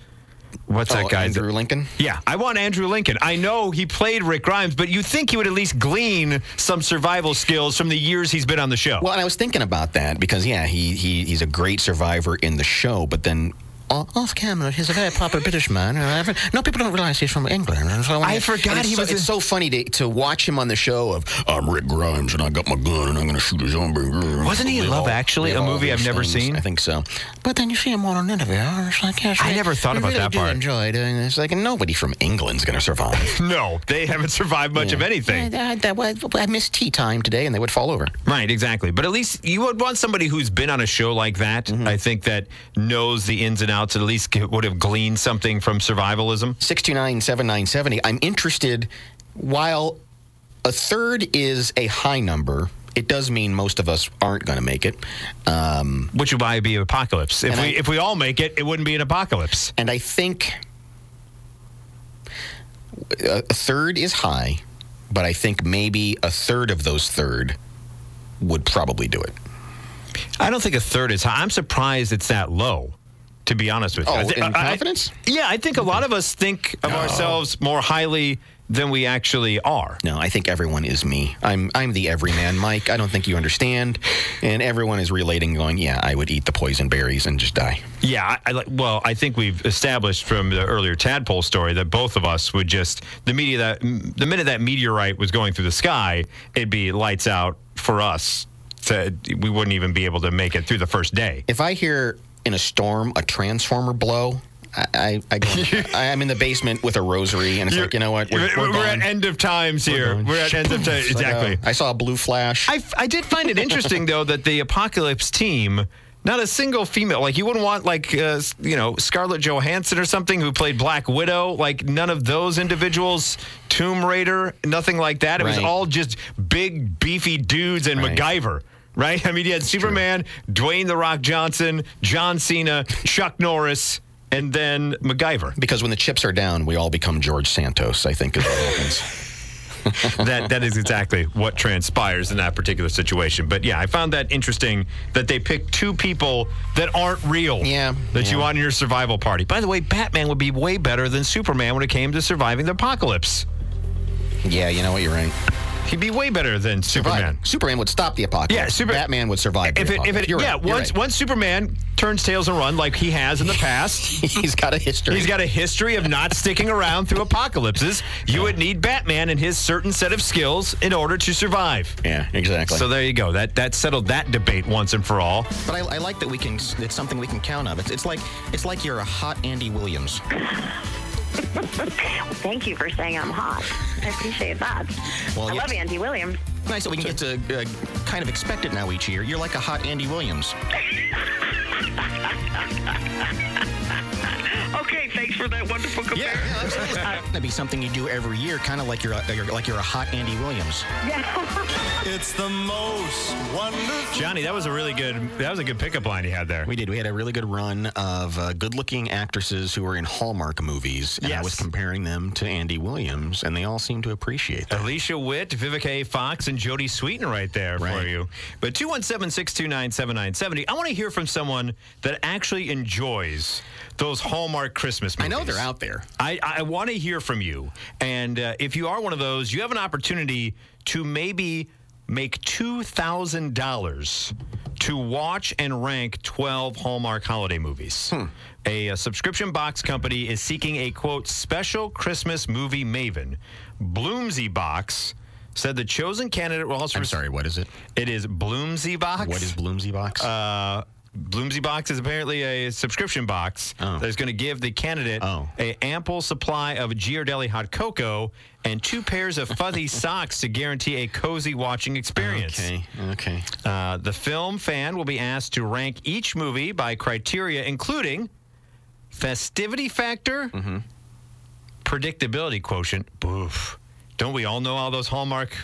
What's Oh, that guy's Andrew Lincoln. Yeah, I want Andrew Lincoln. I know he played Rick Grimes, but you think he would at least glean some survival skills from the years he's been on the show. Well, and I was thinking about that because yeah, he, he he's a great survivor in the show, but then o- off camera, he's a very proper British man. and every- No, people don't realize he's from England. and so on. I forgot And it's he so, was It's in- so funny to, to watch him on the show of I'm Rick Grimes and I got my gun and I'm going to shoot a zombie. Wasn't he in We Love all- Actually, we a all movie these I've never things. seen? I think so. But then you see him on an interview, and it's like, yes, I we- never thought we about really that do part. Enjoy doing this. Like nobody from England's going to survive. [laughs] no, they haven't survived much of anything. I, I, I missed tea time today, and they would fall over. Right, exactly. But at least you would want somebody who's been on a show like that. I think that knows the ins and outs. At least g- would have gleaned something from survivalism. 629-7970. I'm interested while a third is a high number, it does mean most of us aren't going to make it. Um, Which would probably be an apocalypse. If And we I- if we all make it, it wouldn't be an apocalypse. and I think a, a third is high, but I think maybe a third of those third would probably do it. I don't think a third is high. I'm surprised it's that low. To be honest with you, Oh, I thi- in I- I- confidence? yeah, I think a lot of us think of ourselves more highly than we actually are. No, I think everyone is me. I'm I'm the everyman, Mike. I don't think you understand. And everyone is relating going, "Yeah, I would eat the poison berries and just die." Yeah, I, I, like- well, I think we've established from the earlier tadpole story that both of us would just the media that the minute that meteorite was going through the sky, it'd be lights out for us. To, we wouldn't even be able to make it through the first day. If I hear in a storm a transformer blow, I, I, I, go- I am in the basement with a rosary, and it's like, you know what? We're, we're at gone. end of times here. We're, gone. at end [laughs] of times. It's like, Exactly. oh, I saw a blue flash. I, I did find it interesting though that the apocalypse team not a single female like you wouldn't want like uh, s- you know scarlett johansson or something who played black widow like none of those individuals tomb raider nothing like that it was Right. all just big beefy dudes and Right. macgyver right i mean you had superman dwayne the rock johnson john cena chuck norris and then macgyver because when the chips are down, we all become George Santos, I think is what happens. [laughs] that that is exactly what transpires in that particular situation. But yeah, I found that interesting that they picked two people that aren't real. Yeah, That you yeah. want in your survival party. By the way, Batman would be way better than Superman when it came to surviving the apocalypse. Yeah, you know what? You're right. He'd be way better than Superman. Right. Superman would stop the apocalypse. Yeah, Super- Batman would survive. If it, if the apocalypse. it, You're yeah, right, you're once right. once Superman turns tails and run like he has in the past, [laughs] he's got a history. he's got a history of not sticking around through apocalypses. You would need Batman and his certain set of skills in order to survive. yeah, exactly. So there you go. That that settled that debate once and for all. but I, I like that we can. It's something we can count on. It's, it's like it's like you're a hot Andy Williams. Thank you for saying I'm hot. I appreciate that. Well, I yeah. love Andy Williams. Nice that we can get to uh, kind of expect it now each year. You're like a hot Andy Williams. Okay. Okay, thanks [laughs] for that wonderful comparison. [laughs] That'd be something you do every year, kind of like you're, a, you're- like you're a hot Andy Williams. It's the most wonderful. Johnny, that was a really good. That was a good pickup line you had there. We did. We had a really good run of uh, good-looking actresses who were in Hallmark movies, and I Yes. was comparing them to Andy Williams, and they all seemed to appreciate that. Alicia Witt, Vivica A. Fox, and Jodie Sweetin right there for Right. you. But 217 629 7970, I want to hear from someone that actually enjoys those Hallmark Christmas I movies. know they're out there. I, I want to hear from you. And uh, if you are one of those, you have an opportunity to maybe make $2,000 to watch and rank 12 Hallmark holiday movies. Hmm. A, uh subscription box company is seeking a quote, special Christmas movie maven. Bloomsy Box said the chosen candidate will also. I'm sorry. What is it? It is Bloomsy Box. What is Bloomsy Box? Uh, Bloomsy Box is apparently a subscription box Oh. that's going to give the candidate Oh. a ample supply of Giardelli hot cocoa and two pairs of [laughs] fuzzy socks to guarantee a cozy watching experience. okay. Okay. Uh, the film fan will be asked to rank each movie by criteria including festivity factor, Mm-hmm. predictability quotient. Boof. Don't we all know how those Hallmark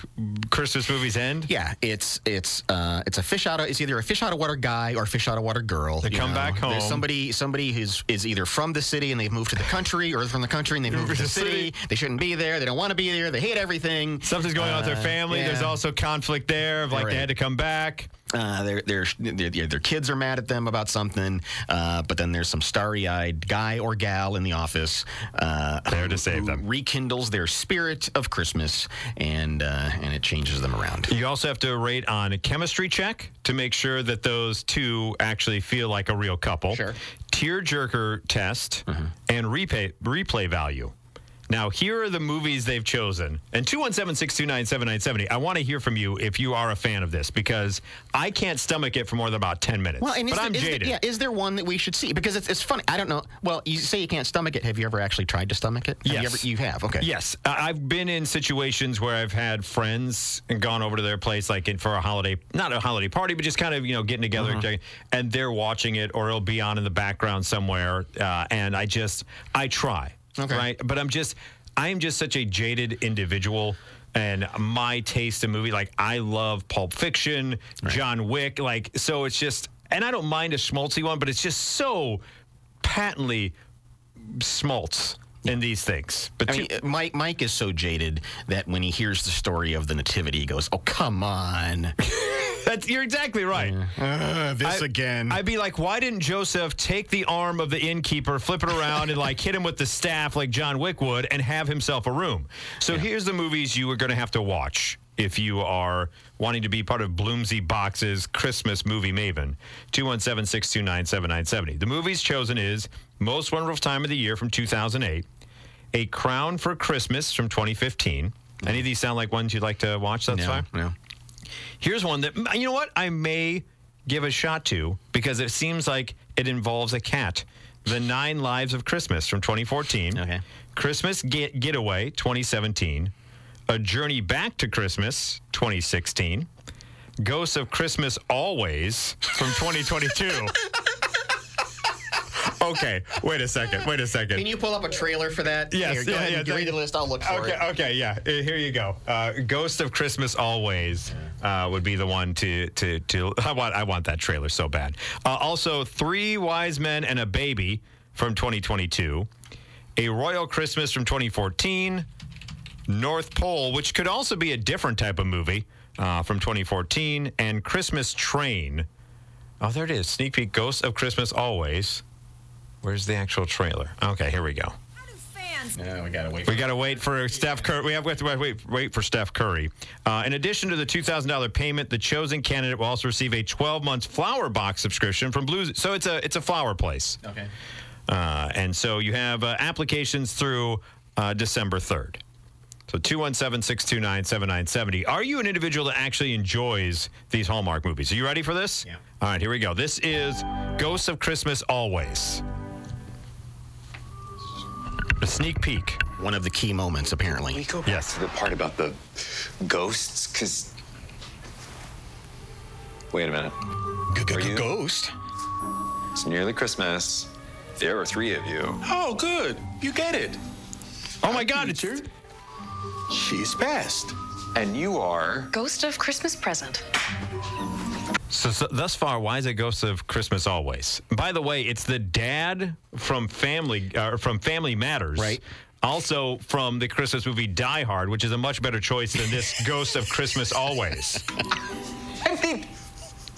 Christmas movies end? Yeah, it's it's uh, it's a fish out of it's either a fish out of water guy or a fish out of water girl. They come back home. somebody somebody who's is either from the city and they've moved to the country, or from the country and they've moved to the city. They shouldn't be there. They don't want to be there. They hate everything. Something's going on with their Uh, family. There's yeah. also conflict there of like Right. they had to come back. Uh, their, their, their, their kids are mad at them about something, uh, but then there's some starry eyed guy or gal in the office. Uh, [laughs] There to who- save who them. Rekindles their spirit of Christmas and, uh, and it changes them around. You also have to rate on a chemistry check to make sure that those two actually feel like a real couple. Sure. Tear jerker test and replay replay value. Now, here are the movies they've chosen. And 217 629 7970, I want to hear from you if you are a fan of this because I can't stomach it for more than about 10 minutes. Well, and but is I'm there, is there- jaded. yeah, is there one that we should see? Because it's, it's funny. I don't know. Well, you say you can't stomach it. Have you ever actually tried to stomach it? Have Yes. You, ever, you have. Okay. Yes, I- I've been in situations where I've had friends and gone over to their place, like in, for a holiday, not a holiday party, but just kind of you know getting together, Mm-hmm. and- and they're watching it, or it'll be on in the background somewhere, uh, and I just I try, Okay. right? But I'm just I am just such a jaded individual. And my taste in movie, like I love Pulp Fiction, John Wick, like so. It's just, and I don't mind a schmaltzy one, but it's just so patently smaltz in these things. But I two- mean, uh, Mike, Mike is so jaded that when he hears the story of the Nativity, he goes, Oh, come on. That's you're exactly right. this again. I'd be like, why didn't Joseph take the arm of the innkeeper, flip it around, and like hit him with the staff like John Wick would, and have himself a room? So here's the movies you are going to have to watch if you are wanting to be part of Bloomsy Box's Christmas movie maven. 217-629-7970. The movies chosen is Most Wonderful Time of the Year from 2008, A Crown for Christmas from 2015. Any of these sound like ones you'd like to watch? That's no, fine. no. Here's one that you know what I may give a shot to because it seems like it involves a cat. The Nine Lives of Christmas from 2014. Okay. Christmas Get- Getaway 2017. A Journey Back to Christmas 2016. Ghosts of Christmas Always from 2022. [laughs] okay, wait a second. Wait a second. Can you pull up a trailer for that? Yes, Here, go yeah, ahead yeah, and thank- read the list. I'll look for okay, it. okay, yeah. Uh, Here you go. Uh, Ghost of Christmas Always uh, would be the one to to to. I want I want that trailer so bad. Uh, also, Three Wise Men and a Baby from 2022, A Royal Christmas from 2014, North Pole, which could also be a different type of movie uh, from 2014, and Christmas Train. Oh, there it is. Sneak peek. Ghost of Christmas Always. Where's the actual trailer? Okay, here we go. No, we gotta wait. We got to wait for Steph Curry. We have we have to wait, wait, wait for Steph Curry. Uh, in addition to the $2,000 payment, the chosen candidate will also receive a 12-month flower box subscription from Blues. So it's a it's a flower place. Okay. Uh, and so you have uh, applications through uh, December 3rd. So 217 629 7970. Are you an individual that actually enjoys these Hallmark movies? Are you ready for this? Yeah. All right, here we go. This is Ghosts of Christmas Always. A sneak peek. One of the key moments, apparently. Can we go back Yes. oh. to the part about the ghosts? Because. Wait a minute. Are you- Ghost. It's nearly Christmas. there are three of you. Oh, good. You get it. Oh my God! It's, Teacher, she's passed. And you are. Ghost of Christmas Present. so, so thus far, why is it Ghost of Christmas always? By the way, it's the dad from Family uh, from Family Matters, Right. Also from the Christmas movie Die Hard, which is a much better choice than [laughs] this Ghost of Christmas always. I mean,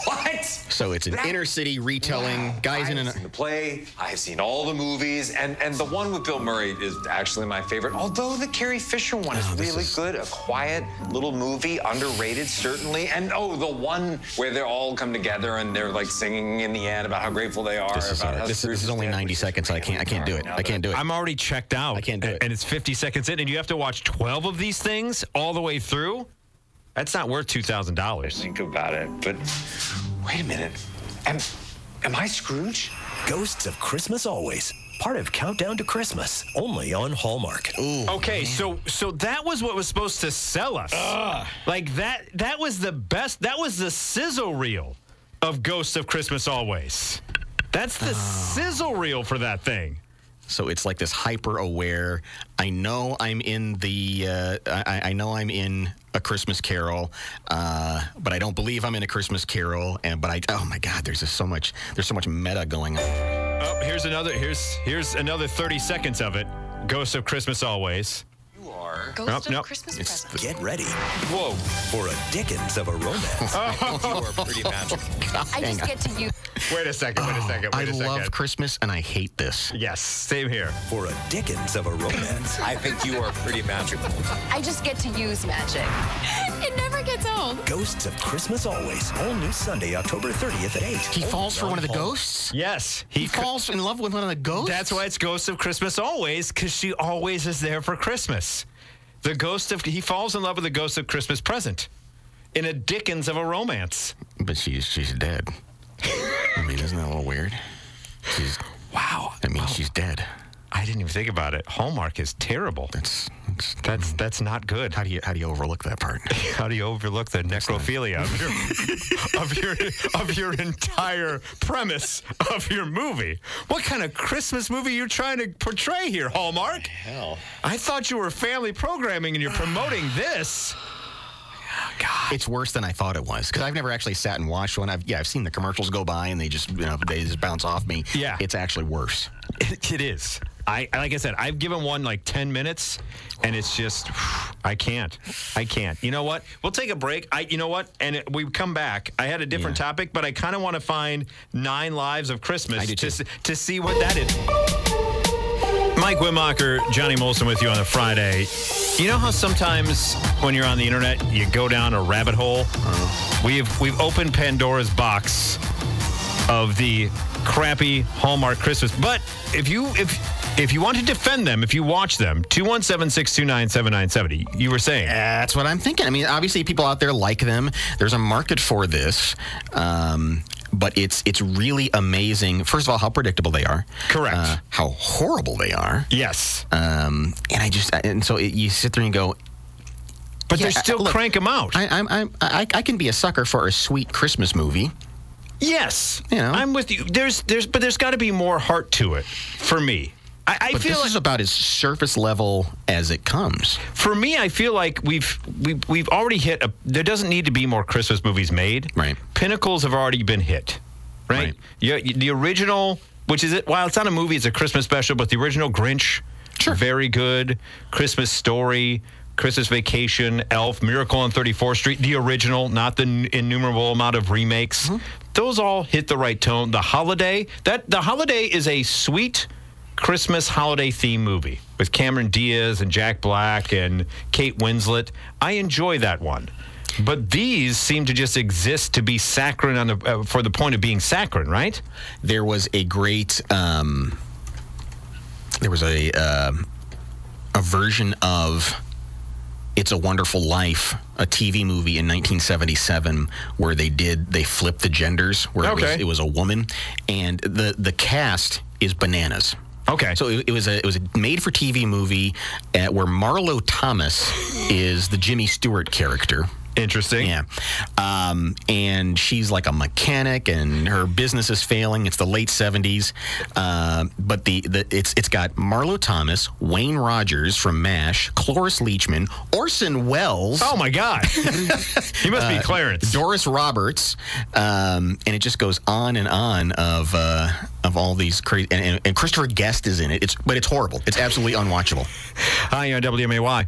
what? So it's an inner city retelling. Guys in I've an. seen the play. I've seen all the movies, and and the one with Bill Murray is actually my favorite. Although the Carrie Fisher one Oh, is really good, a quiet little movie, underrated certainly. And oh, the one where they all come together and they're like singing in the end about how grateful they are. This is, about our- how this, is- Scrooge this is only dead, 90 which is seconds. I really can't. I can't do dark it. now I can't that- do it. I'm already checked out. I can't do it. And it's 50 seconds in, and you have to watch 12 of these things all the way through. That's not worth two thousand dollars. Think about it, but wait a minute. Am am I Scrooge? Ghosts of Christmas Always. Part of Countdown to Christmas, only on Hallmark. Okay, so so that was what was supposed to sell us. Like that that was the best. That was the sizzle reel of Ghosts of Christmas Always. That's the sizzle reel for that thing. So it's like this hyper aware. I know I'm in the. Uh, I, I know I'm in a Christmas Carol, uh, but I don't believe I'm in a Christmas Carol. And but I. Oh my God! There's just so much. There's so much meta going on. Oh, here's another. Here's here's another 30 seconds of it. Ghosts of Christmas Always. You are. Ghost Nope, of nope. Christmas It's Present. Get ready Whoa. for a Dickens of a romance. You are pretty magical. I just get to use. Wait a second. Wait a second. I Wait a second. love Christmas and I hate this. Yes, same here. For a Dickens of a romance. I think you are pretty magical. I just get to use magic. It never gets old. Ghosts of Christmas Always. All new Sunday, October 30th at 8. Oh, He falls for one of the Hallmark. ghosts. Yes, He falls in love with one of the ghosts. That's why it's Ghost of Christmas always, because she always is there for Christmas. The ghost of he falls in love with the ghost of Christmas present in a Dickens of a romance. But she's she's dead. I mean, isn't that a little weird? She's. Wow, I mean, she's dead. I didn't even think about it. Hallmark is terrible. That's. that's That's that's not good. how do you how do you overlook that part? How do you overlook the necrophilia of your, of your of your entire premise of your movie? What kind of Christmas movie you are trying to portray here, Hallmark? Hell, I thought you were family programming and you're promoting this. It's worse than I thought it was because I've never actually sat and watched one. I've yeah, I've seen the commercials go by and they just you know they just bounce off me. Yeah. it's actually worse. [laughs] It, it is. I like I said, I've given one like ten minutes, and it's just [sighs] I can't, I can't. You know what? We'll take a break. I, you know what? And it, we come back. I had a different topic, but I kind of want to find Nine Lives of Christmas I do to too. s- to see what that is. Mike Wimacher, Johnny Molson with you on a Friday. You know how sometimes when you're on the internet, you go down a rabbit hole. Uh-huh. We've we've opened Pandora's box of the crappy Hallmark Christmas. But if you if if you want to defend them, if you watch them, 217-629-7970. You were saying. That's what I'm thinking. I mean, obviously people out there like them. There's a market for this. Um, but it's it's really amazing. First of all, how predictable they are. Uh, Correct. how horrible they are. Yes. Um, and I just and so it, you sit there and go, But yeah, they're still I- look, crank them out. I I'm, I'm, I I can be a sucker for a sweet Christmas movie. yes. You know. I'm with you. There's there's but there's gotta be more heart to it for me. I, I But feel this like is about as surface level as it comes. for me, I feel like we've we've we've already hit a. There doesn't need to be more Christmas movies made. Right. Pinnacles have already been hit. Right. Right. Yeah, y- the original, which is it? While it's not a movie, it's a Christmas special. But the original Grinch, sure. very good. Christmas Story, Christmas Vacation, Elf, Miracle on 34th Street, the original, not the n- innumerable amount of remakes. Those all hit the right tone. The Holiday, that the Holiday is a sweet Christmas holiday theme movie with Cameron Diaz and Jack Black and Kate Winslet. I enjoy that one. But these seem to just exist to be saccharine on the, uh, for the point of being saccharine, right? there was a great um, there was a um a version of it's a wonderful life a tv movie in 1977 where they did they flipped the genders where it, Okay. was, it was a woman and the the cast is bananas Okay. so it, it was a it was a made for tv movie uh, where marlo thomas is the jimmy stewart character Interesting. Yeah. Um, and she's like a mechanic, and her business is failing. It's the late '70s, uh, but the, the it's it's got Marlo Thomas, Wayne Rogers from MASH, Cloris Leachman, Orson Welles. Oh my [laughs] God. he must Uh, be Clarence. Doris Roberts, um, and it just goes on and on of uh, of all these crazy. And, and, and Christopher Guest is in it. It's but it's horrible. It's absolutely unwatchable. Hi, on WMAY.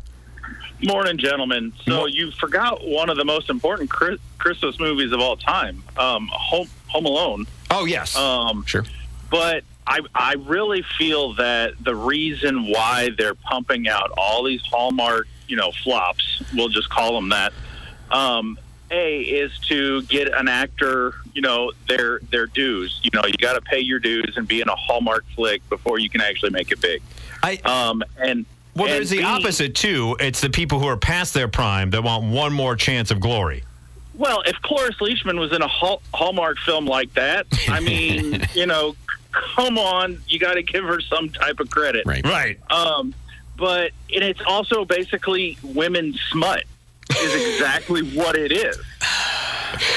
Morning, gentlemen. So you forgot one of the most important Chris- Christmas movies of all time, um, Home Home Alone. Oh yes. Um, Sure. but I I really feel that the reason why they're pumping out all these Hallmark you know flops, we'll just call them that. Um, a is to get an actor, you know, their their dues. You know, you got to pay your dues and be in a Hallmark flick before you can actually make it big. I, Um, and well, and there's the B- opposite too. It's the people who are past their prime that want one more chance of glory. Well, if Cloris Leachman was in a Hall- Hallmark film like that, [laughs] I mean, you know, come on, you got to give her some type of credit. Right. Right. Um, but and it's also basically women smut is exactly [laughs] what it is.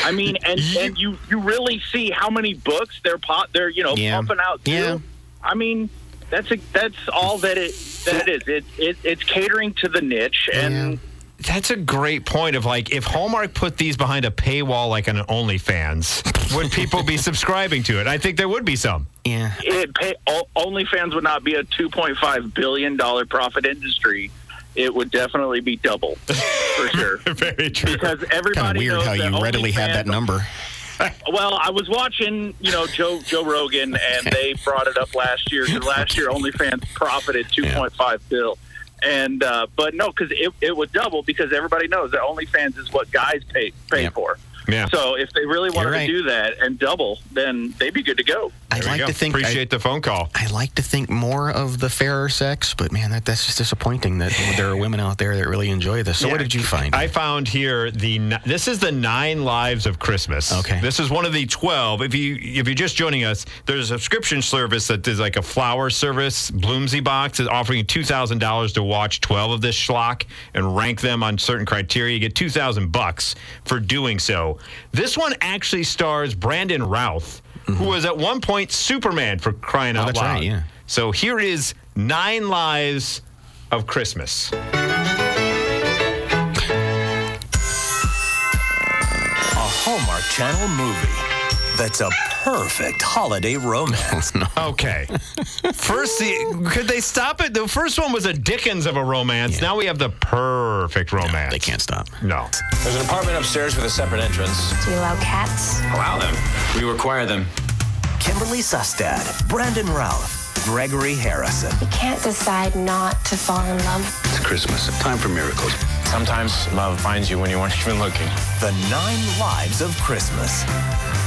I mean, and and you you really see how many books they're pot they're you know Yeah. pumping out. Too. Yeah. I mean, that's a, that's all that it that it is. It, it it's catering to the niche and. Yeah. That's a great point of like if Hallmark put these behind a paywall like an OnlyFans, would people be [laughs] subscribing to it? I think there would be some. Yeah. it pay, o- OnlyFans would not be a 2.5 billion dollar profit industry. It would definitely be [laughs] double for sure. Very true. Because Kind of everybody weird knows how that you readily had OnlyFans- that number. Well, I was watching, you know, Joe Joe Rogan, [laughs] and they brought it up last year. 'cause last year, OnlyFans profited 2.5 bill, and uh, but no, because it, it would double because everybody knows that OnlyFans is what guys pay pay Yeah. for. Yeah. So if they really wanted right. to do that and double, then they'd be good to go. I'd There you like go. to think. I- Appreciate the phone call. I like to think more of the fairer sex, but man, that, that's just disappointing [laughs] that there are women out there that really enjoy this. So, what did you find? I found here the ni- this is the nine lives of Christmas. Okay. this is one of the twelve. If you if you're just joining us, there's a subscription service that is like a flower service. Bloomsy Box is offering you two thousand dollars to watch twelve of this schlock and rank them on certain criteria. You get two thousand bucks for doing so. This one actually stars Brandon Routh, Mm-hmm. who was at one point Superman for crying out Oh, that's loud. right, yeah. So here is nine lives of Christmas. A Hallmark Channel movie that's a perfect holiday romance. [laughs] Okay. First, the, could they stop it? The first one was a Dickens of a romance. Now we have the perfect romance. they can't stop. No. There's an apartment upstairs with a separate entrance. Do you allow cats? Allow them. We require them. Kimberly Sustad, Brandon Routh, Gregory Harrison. You can't decide not to fall in love. It's Christmas. Time for miracles. Sometimes love finds you when you weren't even looking. The Nine Lives of Christmas.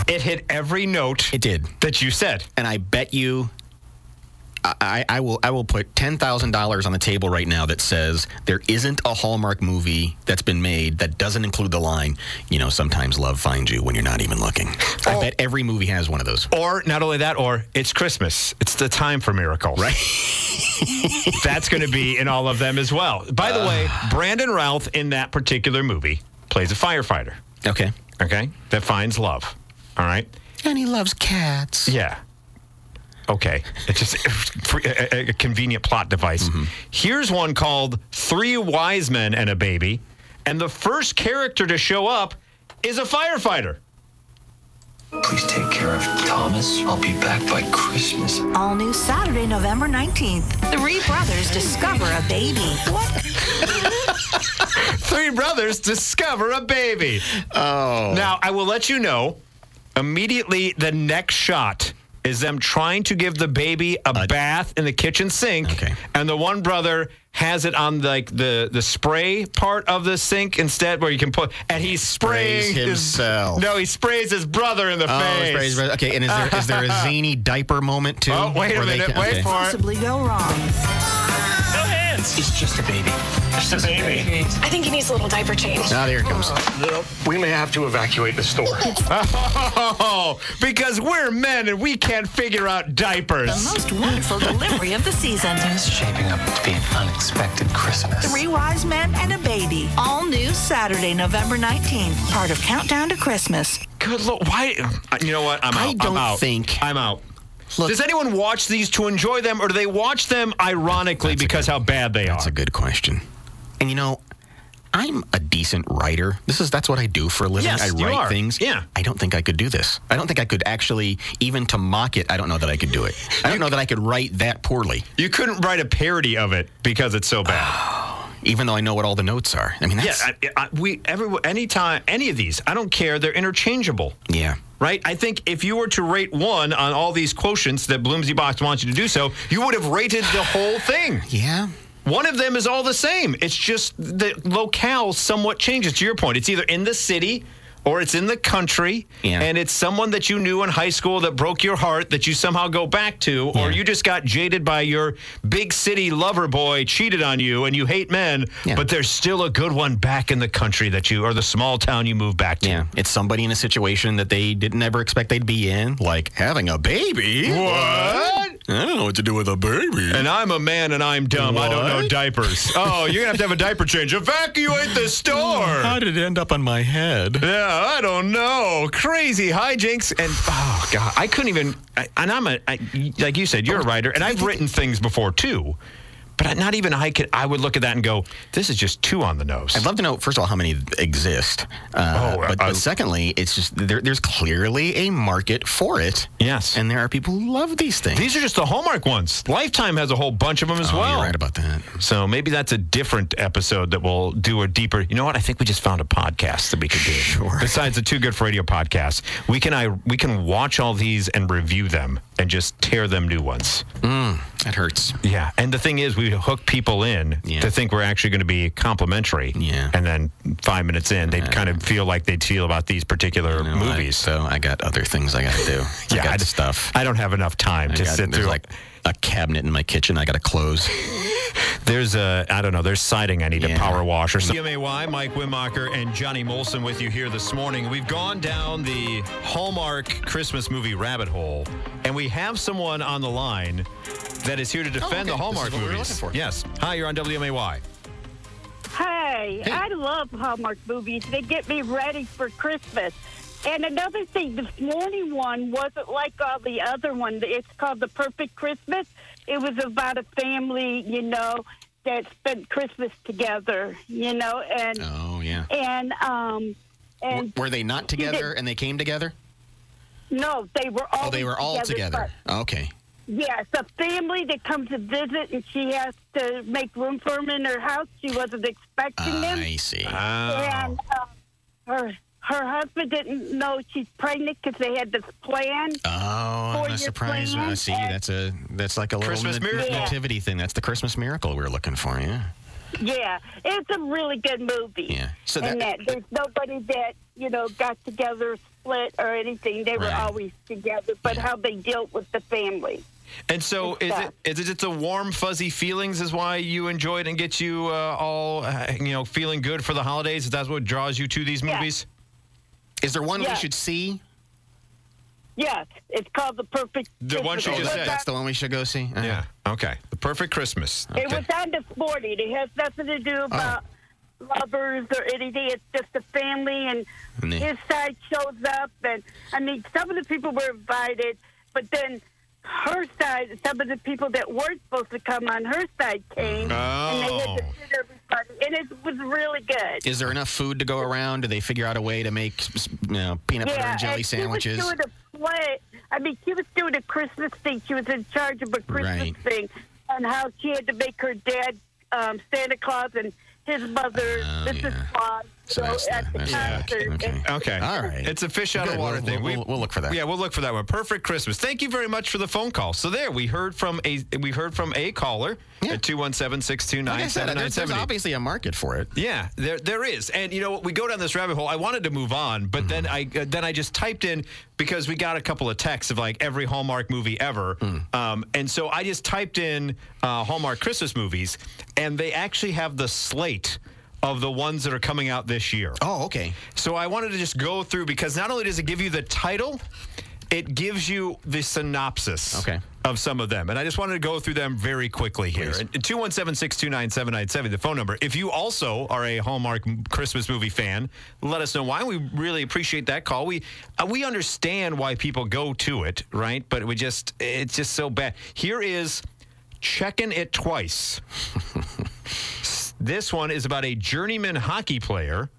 It hit every note It did. that you said. And I bet you. I- I, I will I will put ten thousand dollars on the table right now that says there isn't a Hallmark movie that's been made that doesn't include the line, you know, sometimes love finds you when you're not even looking. I bet every movie has one of those. Or not only that, or it's Christmas. It's the time for miracles. Right. [laughs] That's going to be in all of them as well. By the way, Brandon Routh in that particular movie plays a firefighter, Okay. okay, that finds love. All right. And he loves cats. Yeah. Okay. It's just [laughs] for- a, a- a convenient plot device. Here's one called Three Wise Men and a Baby. And the first character to show up is a firefighter. Please take care of Thomas. I'll be back by Christmas. All new Saturday, November 19th. Three brothers discover a baby. What? Three brothers discover a baby. Oh. Now, I will let you know immediately the next shot is them trying to give the baby a bath in the kitchen sink. Okay. And the one brother has it on like the the spray part of the sink instead where you can put and he's spraying Sprays his- himself. no, he sprays his brother in the Oh, face. it's praise- okay. And is there is there [laughs] a zany diaper moment too? Oh, wait a Where they minute. ca- Wait okay. for [laughs] it. Possibly go wrong. It's just a baby. Just a baby. Oh. I think he needs a little diaper change. Ah, there it comes. We may have to evacuate the store. Oh, because we're men and we can't figure out diapers. The most wonderful delivery of the season. It's shaping up to be an unexpected Christmas. Three wise men and a baby. All new Saturday, November 19th, part of Countdown to Christmas. Good lord, why? You know what? I'm out. I don't I'm out. think. I'm out. Does anyone watch these to enjoy them, or do they watch them ironically because how bad they That's a good question. And you know, I'm a decent writer. This is that's what I do for a living. Yes, I you write are. things. Yeah. I don't think I could do this. I don't think I could actually even to mock it. I don't know that I could do it. I don't know that I could write that poorly. You couldn't write a parody of it because it's so bad. even though I know what all the notes are. I mean, that's yeah. I, I, we every anytime any of these, I don't care. They're interchangeable. Yeah. Right? I think if you were to rate one on all these quotients that Bloomsy Box wants you to do so, you would have rated the whole thing. Yeah. One of them is all the same. It's just the locale somewhat changes. To your point, it's either in the city or it's in the country, and it's someone that you knew in high school that broke your heart that you somehow go back to, or you just got jaded by your big city lover boy cheated on you and you hate men, but there's still a good one back in the country that you, or the small town you move back to. Yeah. It's somebody in a situation that they didn't ever expect they'd be in, like having a baby. What? I don't know what to do with a baby. And I'm a man and I'm dumb. I don't know What? diapers. Oh, you're going to have to have a diaper change. Evacuate the store. [laughs] How did it end up on my head? Yeah, I don't know. Crazy hijinks and oh god, I couldn't even. I, and I'm a I, like you said, you're a writer, and I've written things before too. But I- not even I could. I would look at that and go, "This is just too on the nose." I'd love to know, first of all, how many exist. Uh, Oh, but, I- but secondly, it's just there, there's clearly a market for it. Yes. And there are people who love these things. These are just the Hallmark ones. Lifetime has a whole bunch of them as Oh, well. You're right about that. So maybe that's a different episode that we'll do a deeper. You know what? I think we just found a podcast that we could do. Sure. Besides the Too Good for Radio podcast, we can I we can watch all these and review them and just tear them new ones. Mm, that hurts. Yeah, and the thing is, we hook people in to think we're actually going to be complimentary. Yeah, and then five minutes in, they would kind of feel like they'd feel about these particular movies. so I got other things I got to do. [laughs] Yeah, I got I d- stuff. I don't have enough time I to got- sit there's through like a cabinet in my kitchen I got [laughs] to close. There's a, I don't know, there's siding I need to power wash or something. CMAY, Mike Wimacher and Johnny Molson with you here this morning. We've gone down the Hallmark Christmas movie rabbit hole, and we have someone on the line that is here to defend okay. This the is Hallmark what we were movies. looking for. Yes. Hi, you're on WMAY. Hey, I love Hallmark movies. They get me ready for Christmas. And another thing, this morning one wasn't like all the other one. It's called The Perfect Christmas. It was about a family, you know, that spent Christmas together, you know, and Oh, yeah. and um and Were they not together and they came together? no, they were all Oh, they were all together. Okay. Yes, a family that comes to visit, and she has to make room for him in her house. She wasn't expecting him. I see. Ah. And uh, her her husband didn't know she's pregnant because they had this plan. Oh, For I'm your surprised. plan I see. That's a that's like a little Christmas nat- miracle. nativity thing. That's the Christmas miracle we were looking for. Yeah. Yeah, it's a really good movie. Yeah. So and that there's nobody that you know got together, split or anything. They were Right. always together, but how they dealt with the family. And so, is it, is it just the warm, fuzzy feelings is why you enjoy it and gets you uh, all, uh, you know, feeling good for the holidays? Is that what draws you to these movies? Is there one Yeah. we should see? Yes, it's called the perfect. The one she Christmas. just It was said. on- That's the one we should go see. Uh, Yeah. Okay. The Perfect Christmas. It was on the forty. It has nothing to Oh. do about lovers or anything. It's just a family, and And they- his side shows up. And I mean, some of the people were invited, but then her side, some of the people that weren't supposed to come on her side came, and they Oh. had to shoot everybody. And it was really good. Is there enough food to go around? Do they figure out a way to make s- s- you know, peanut butter and jelly sandwiches? She was doing a play. I mean, she was doing a Christmas thing. She was in charge of a Christmas Right. thing, and how she had to make her dad um, Santa Claus and his mother Oh, Mrs. Claus. So at the concert. And- Okay. All right. It's a fish out of Good. water We'll- thing. we'll- we'll look for that. Yeah, we'll look for that one. Perfect Christmas. Thank you very much for the phone call. So there, we heard from a we heard from a caller at 217-629-7970. Like I said, there's, there's obviously a market for it. Yeah, there there is, and you know what? We go down this rabbit hole. I wanted to move on, but then I uh, then I just typed in because we got a couple of texts of like every Hallmark movie ever, um, and so I just typed in uh, Hallmark Christmas movies, and they actually have the slate of the ones that are coming out this year. Oh, okay. So I wanted to just go through because not only does it give you the title. it gives you the synopsis of some of them. And I just wanted to go through them very quickly here. 217 629 797, the phone number. If you also are a Hallmark m- Christmas movie fan, let us know why. We really appreciate that call. We uh, we understand why people go to it, right? But we just it's just so bad. Here is checking it twice. S- this one is about a journeyman hockey player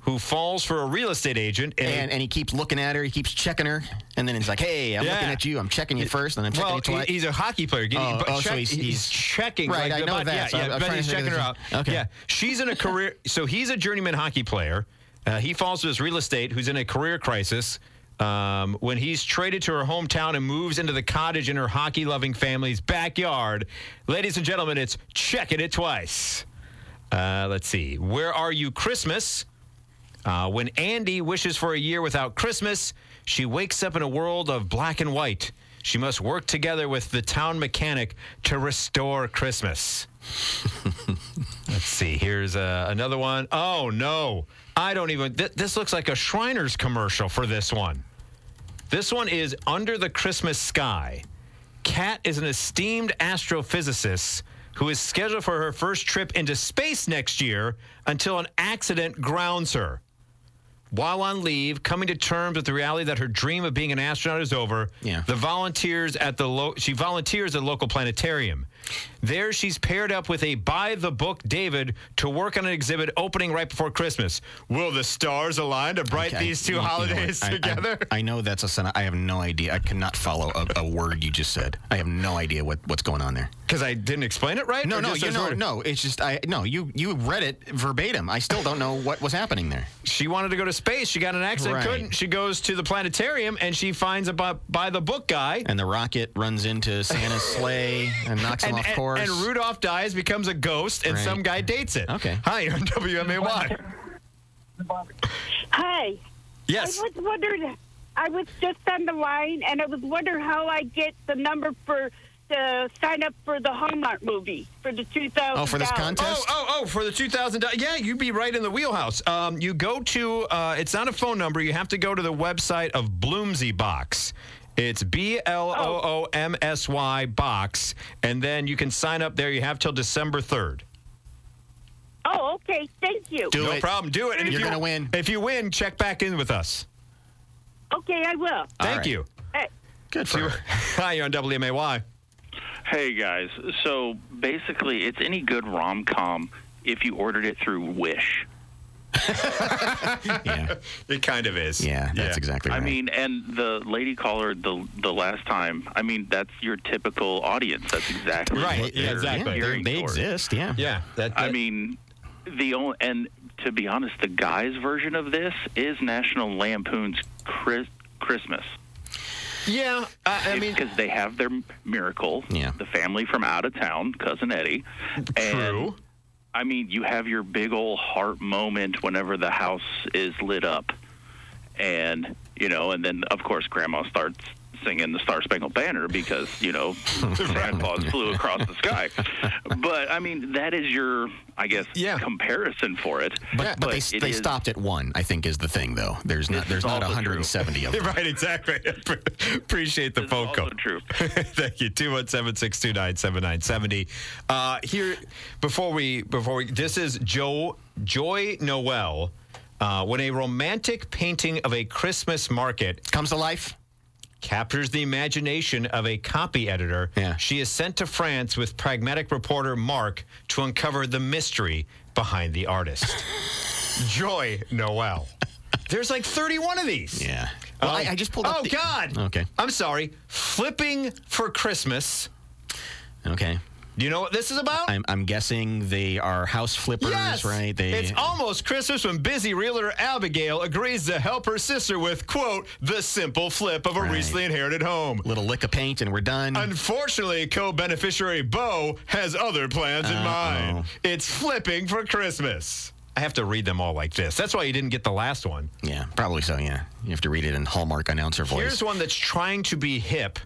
who falls for a real estate agent and, And, and he keeps looking at her. He keeps checking her. And then he's like, hey, I'm Yeah. looking at you. I'm checking you first. And I'm checking well, you twice. he- he's a hockey player. He- Oh, but oh, so check- he's- he's, he's- checking. Right, like, I know but- that, so Yeah, I'm- yeah, I'm but trying he's to think checking of her out. this. Okay. Yeah, she's in a career. so he's a journeyman hockey player. Uh, he falls to this real estate who's in a career crisis. Um, when he's traded to her hometown and moves into the cottage in her hockey loving family's backyard, ladies and gentlemen, it's checking it twice. Uh, let's see. Where are you, Christmas? Uh, when Andy wishes for a year without Christmas, she wakes up in a world of black and white. She must work together with the town mechanic to restore Christmas. Let's see. Here's uh, another one. Oh, no. I don't even. Th- this looks like a Shriners commercial for this one. This one is Under the Christmas Sky. Kat is an esteemed astrophysicist who is scheduled for her first trip into space next year until an accident grounds her. While on leave, coming to terms with the reality that her dream of being an astronaut is over, the volunteers at the lo- she volunteers at a local planetarium. There, she's paired up with a by the book David to work on an exhibit opening right before Christmas. Will the stars align to bright Okay, these you two know what? holidays I- I- together? [laughs] I, know that's a son. I have no idea. I cannot follow a, a word you just said. I have no idea what, what's going on there. Because I didn't explain it right. No, Or no, just you as know, worded? no. It's just I no. You you read it verbatim. I still don't know what was happening there. She wanted to go to space. She got in an accident. Right. Couldn't. She goes to the planetarium and she finds a by, by the book guy. And the rocket runs into Santa's sleigh and knocks him and, off and- course. and Rudolph dies, becomes a ghost, and Right. some guy dates it. Okay. Hi, you're on WMAY. Hey. Yes. I was wondering. I was just on the line, and I was wondering how I get the number for the sign up for the Hallmark movie for the two thousand. Oh, oh, oh, for the two thousand dollars. Yeah, you'd be right in the wheelhouse. Um, you go to. Uh, it's not a phone number. You have to go to the website of Bloomsy Box. It's B L O O M S Y box, and then you can sign up there. You have till December third. Oh, okay. Thank you. no problem. Do it. And if You're you- gonna win. If you win, check back in with us. Okay, I will. Thank you. Hey. Good for you. [laughs] Hi, you're on WMAY. Hey guys, so basically, it's any good rom com if you ordered it through Wish. yeah, it kind of is. Yeah, that's exactly right. I mean, and the lady caller the the last time. I mean, that's your typical audience. That's exactly What they're gearing They, they towards. exist. Yeah. Yeah. I mean, the only and to be honest, the guys' version of this is National Lampoon's Chris, Christmas. Yeah, I, I mean, because they have their miracle, yeah. the family from out of town, cousin Eddie. True. I mean, you have your big old heart moment whenever the house is lit up, and you know, and then of course Grandma starts singing the Star Spangled Banner because you [laughs] know Santa Claus flew across the sky. But I mean, that is your, I guess, comparison for it. But, but, they, it they is- stopped at one. I think is the thing though. There's not there's not [laughs] 170 of [laughs] them. right, exactly. Appreciate the phone call. True. [laughs] Thank you. 217 629 7970. Uh, Here, before we, before we, this is Joe, Joy Noel. Uh, when a romantic painting of a Christmas market comes to life, captures the imagination of a copy editor, she is sent to France with pragmatic reporter Mark to uncover the mystery behind the [laughs] artist. Joy Noel. There's like 31 of these. Yeah. Well, I- I just pulled up Oh the- God. Okay. I'm sorry. Flipping for Christmas. Okay. Do you know what this is about? I'm, I'm guessing they are house flippers, Yes. right? They It's almost Christmas when busy realtor Abigail agrees to help her sister with quote the simple flip of a recently inherited home. little lick of paint and we're done. Unfortunately, co-beneficiary Bo has other plans in mind. It's flipping for Christmas. I have to read them all like this. That's why you didn't get the last one. yeah, probably so. Yeah, you have to read it in Hallmark announcer voice. Here's one that's trying to be hip.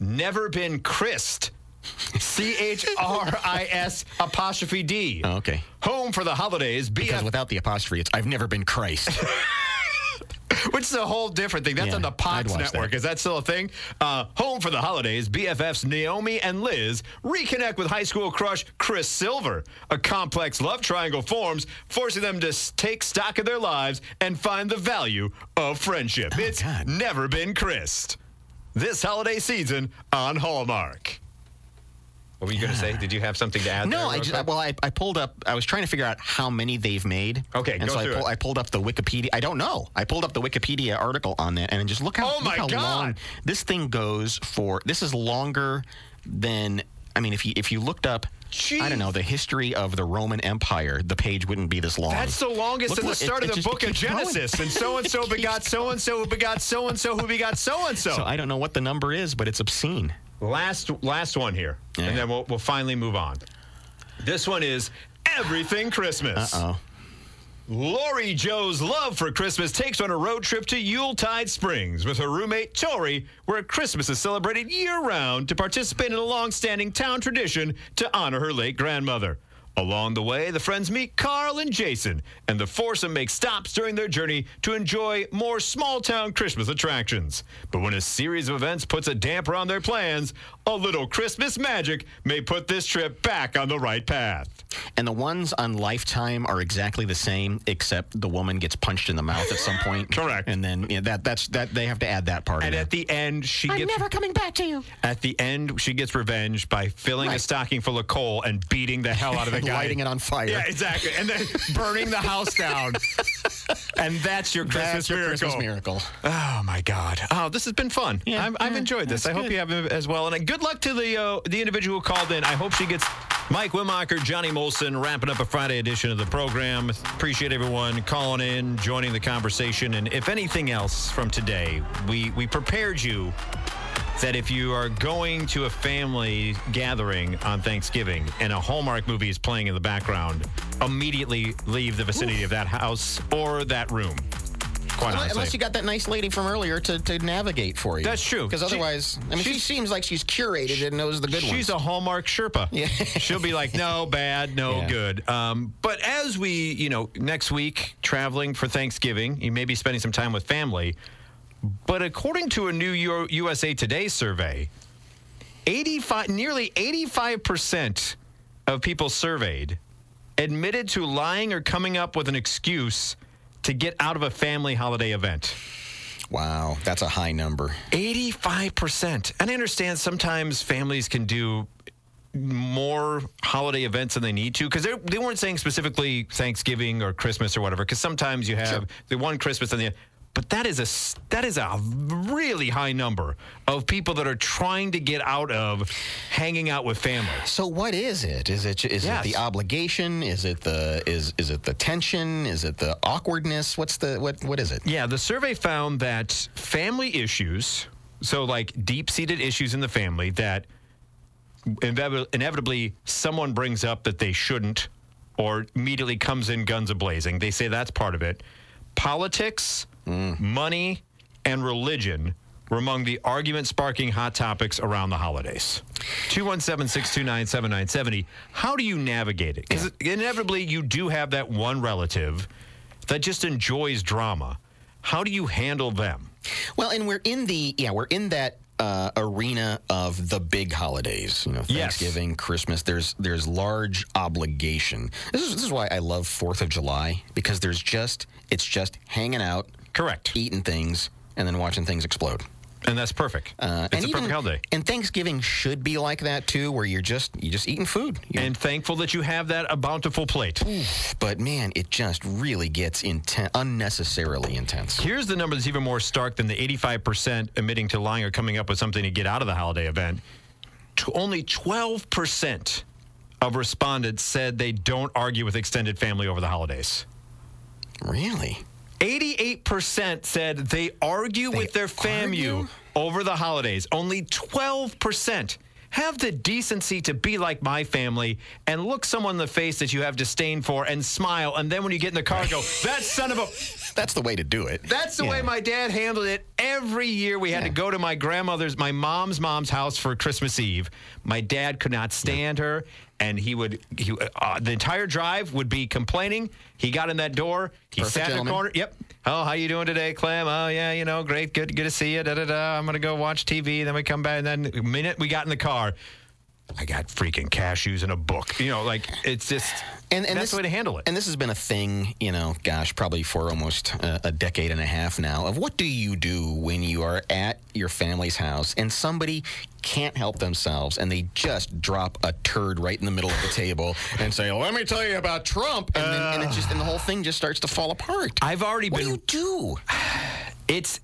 Never been Christ. C H R I S apostrophe D. Oh, okay. Home for the holidays. BF. [laughs] Because without the apostrophe, it's I've never been Christ. which is a whole different thing. That's on the Pox Network. Is that still a thing? Uh, home for the holidays, BFFs Naomi and Liz reconnect with high school crush Chris Silver. A complex love triangle forms, forcing them to s- take stock of their lives and find the value of friendship. Oh, it's never been Chris. This holiday season on Hallmark. What were you going to [sighs] say? Did you have something to add? there No, I real just quick? well, I, I pulled up. I was trying to figure out how many they've made. Okay, and go so I, through pull, it. I pulled up the Wikipedia. I don't know. I pulled up the Wikipedia article on that, and just look how, Oh look my how God. long this thing goes for. This is longer than. I mean, if you if you looked up. I don't know the history of the Roman Empire. The page wouldn't be this long. That's the longest Look in the what- it- start it of the just book of keeps going. Genesis. [laughs] And so and so begot so and so who begot so and so who begot so and So I don't know what the number is, but it's obscene. Last last one here, and then we'll, we'll finally move on. This one is everything Christmas. Uh oh. Lori Joe's love for Christmas takes her on a road trip to Yuletide Springs with her roommate Tori, where Christmas is celebrated year round to participate in a long standing town tradition to honor her late grandmother. Along the way, the friends meet Carl and Jason, and the foursome make stops during their journey to enjoy more small town Christmas attractions. But when a series of events puts a damper on their plans, a little Christmas magic may put this trip back on the right path. And the ones on Lifetime are exactly the same, except the woman gets punched in the mouth at some point. [laughs] Correct. And then yeah, that that's that they have to add that part. And in. at the end, she I'm gets never coming back to you. At the end, she gets revenge by filling a Right. stocking full of coal and beating the hell out of the [laughs] And guy. lighting it on fire. Yeah, exactly. And [laughs] then burning the house down. And that's your Christmas That's your miracle. Christmas [laughs] miracle. Oh my God! Oh, this has been fun. I've, I've enjoyed this. I that's hope good. you have as well. And uh, good luck to the uh, the individual who called in. I hope she gets Mike Wimacher, Johnny Molson, wrapping up a Friday edition of the program. Appreciate everyone calling in, joining the conversation, and if anything else from today, we we prepared you that if you are going to a family gathering on Thanksgiving and a Hallmark movie is playing in the background, immediately leave the vicinity of that house or that room. Quite Unless, honestly. unless you got that nice lady from earlier to, to navigate for you. That's true. Because She- otherwise, I mean, she she's- seems like she's curated and knows the good ones. She's a Hallmark Sherpa. Yeah. [laughs] She'll be like, no, bad, no, Yeah. good. Um, but as we, you know, next week, traveling for Thanksgiving, you may be spending some time with family. But according to a new U- USA Today survey, 85, nearly 85% of people surveyed admitted to lying or coming up with an excuse to get out of a family holiday event. Wow, that's a high number. 85%. And I understand sometimes families can do more holiday events than they need to because they weren't saying specifically Thanksgiving or Christmas or whatever because sometimes you have the one Christmas and the but that is a s- that is a really high number of people that are trying to get out of hanging out with family. So what is it? Is it is Yes. it the obligation? Is it the is is it the tension? Is it the awkwardness? What's the what what is it? Yeah, the survey found that family issues, so like deep seated issues in the family that inevi- inevitably someone brings up that they shouldn't or immediately comes in guns a blazing. They say that's part of it. Politics, Mm. money, and religion were among the argument sparking hot topics around the holidays. 217 629 7970. How do you navigate it? Because inevitably you do have that one relative that just enjoys drama. How do you handle them? Well, and we're in the yeah, we're in that uh, arena of the big holidays. You know, Yes. Thanksgiving, Christmas. There's there's large obligation. This is this is why I love Fourth of July because there's just it's just hanging out, correct, eating things, and then watching things explode. And that's perfect. Uh, It's a perfect holiday. And Thanksgiving should be like that too, where you're just you're just eating food. You're- And thankful that you have that a bountiful plate. but man, it just really gets intense, unnecessarily intense. Here's the number that's even more stark than the 85% admitting to lying or coming up with something to get out of the holiday event. T- only 12% of respondents said they don't argue with extended family over the holidays. Really? 88% said they argue with their FAMU over the holidays. Only 12% have the decency to be like my family and look someone in the face that you have disdain for and smile. And then when you get in the car, [laughs] go, that son of a. That's the way to do it. That's the way my dad handled it every year. We had to go to my grandmother's, my mom's mom's house for Christmas Eve. My dad could not stand her. and he would he, uh, the entire drive would be complaining. He got in that door. He Perfect sat gentleman. in the corner. Yep. Oh, how you doing today, Clem? Oh, yeah, you know, great, good, good to see you. Da da da. I'm gonna go watch TV. Then we come back, and then the minute we got in the car, I got freaking cashews and a book. You know, like it's just and, and that's this, the way to handle it. And this has been a thing, you know, gosh, probably for almost uh, a decade and a half now. Of what do you do when you are at your family's house and somebody can't help themselves and they just drop a turd right in the middle of the table and say, "Let me tell you about Trump," and, then, and it just and the whole thing just starts to fall apart. I've already been. What do you do? it's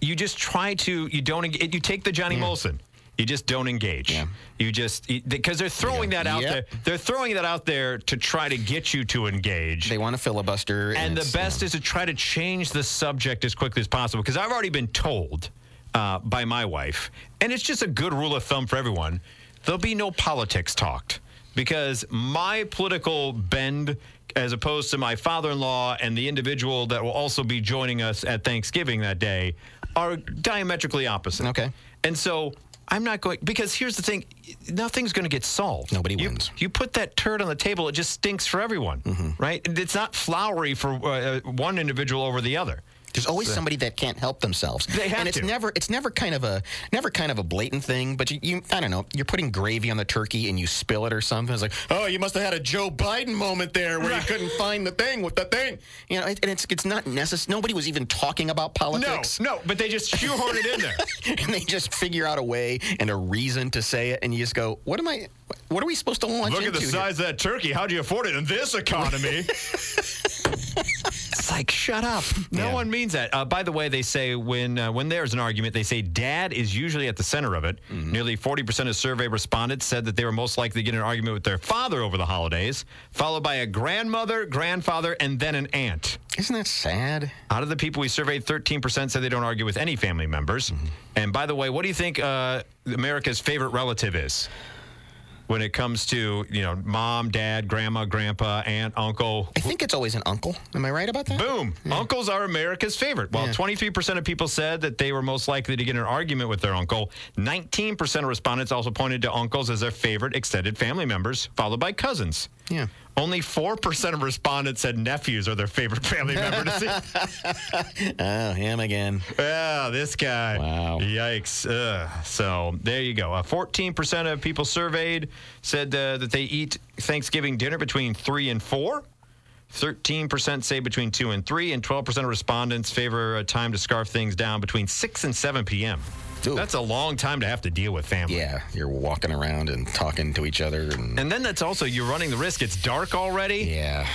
you just try to you don't eng- you take the Mm. Johnny Molson. You just don't engage. You just because they're throwing that out "Yep." there. They're throwing that out there to try to get you to engage. They want to filibuster, And the it's, um, best is to try to change the subject as quickly as possible because I've already been told uh, by my wife, and it's just a good rule of thumb for everyone there'll be no politics talked because my political bend, as opposed to my father in law and the individual that will also be joining us at Thanksgiving that day, are diametrically opposite. Okay. And so. I'm not going because here's the thing: nothing's going to get solved. Nobody You- wins. Mm-hmm. you put that turd on the table, it just stinks for everyone, right? It's not flowery for uh, one individual over the other. There's always somebody that can't help themselves. They have and it's to. never it's never kind of a never kind of a blatant thing, but you, you I don't know, you're putting gravy on the turkey and you spill it or something. It's like, "Oh, you must have had a Joe Biden moment there where you couldn't find the thing with the thing." You know, it, and it's it's not necessary. Nobody was even talking about politics. No, no, but they just shoehorn it in there. [laughs] and they just figure out a way and a reason to say it and you just go, "What am I what are we supposed to launch Look at the into here?" size of that turkey. How'd you afford it in this [laughs] economy? [laughs] it's like, shut up. No one means that. Uh, by the way, they say when uh, when there's an argument, they say dad is usually at the center of it. Mm-hmm. Nearly 40% of survey respondents said that they were most likely to get in an argument with their father over the holidays, followed by a grandmother, grandfather, and then an aunt. Isn't that sad? Out of the people we surveyed, 13% said they don't argue with any family members. Mm-hmm. And by the way, what do you think uh, America's favorite relative is? When it comes to you know mom, dad, grandma, grandpa, aunt, uncle, I think it's always an uncle. Am I right about that? boom, uncles are America's favorite. While Yeah. 23% of people said that they were most likely to get in an argument with their uncle, 19% of respondents also pointed to uncles as their favorite extended family members, followed by cousins. Yeah. Only 4% of respondents said nephews are their favorite family member to [laughs] see. Oh, him again. Yeah, this guy. Wow. Yikes. Ugh. So there you go. Uh, 14% of people surveyed said uh, that they eat Thanksgiving dinner between 3 and 4. 13% say between 2 and 3. And 12% of respondents favor a time to scarf things down between 6 and 7 p.m. That's a long time to have to deal with family. Yeah, you're walking around and talking to each other and And then that's also, you're running the risk. It's dark already. Yeah.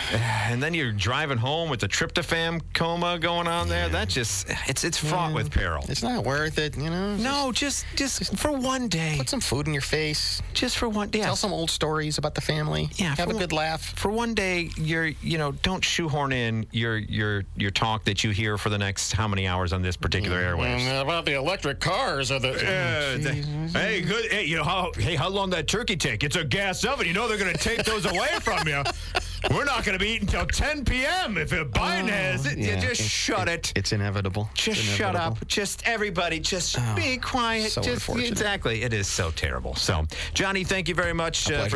And then you're driving home with the tryptophan coma going on there. That just, it's, it's fraught with peril. It's not worth it, you know. No, just, just for one day. Put some food in your face. Just for one day. Tell some old stories about the family. Yeah, Have for a one- good laugh. for one day you're you know don't shoehorn in your your your talk that you hear for the next how many hours on this particular airwaves about the electric cars or the. Uh, the- hey good hey you know how hey how long that turkey take it's a gas oven you know they're gonna take [laughs] those away from you we're not gonna be eating till 10 p.m if it biden has it you just shut it, Oh, It's inevitable. Oh, just shut up. Just everybody, just be quiet. so just unfortunate. exactly. It is so terrible. So, Johnny, thank you very much uh, for.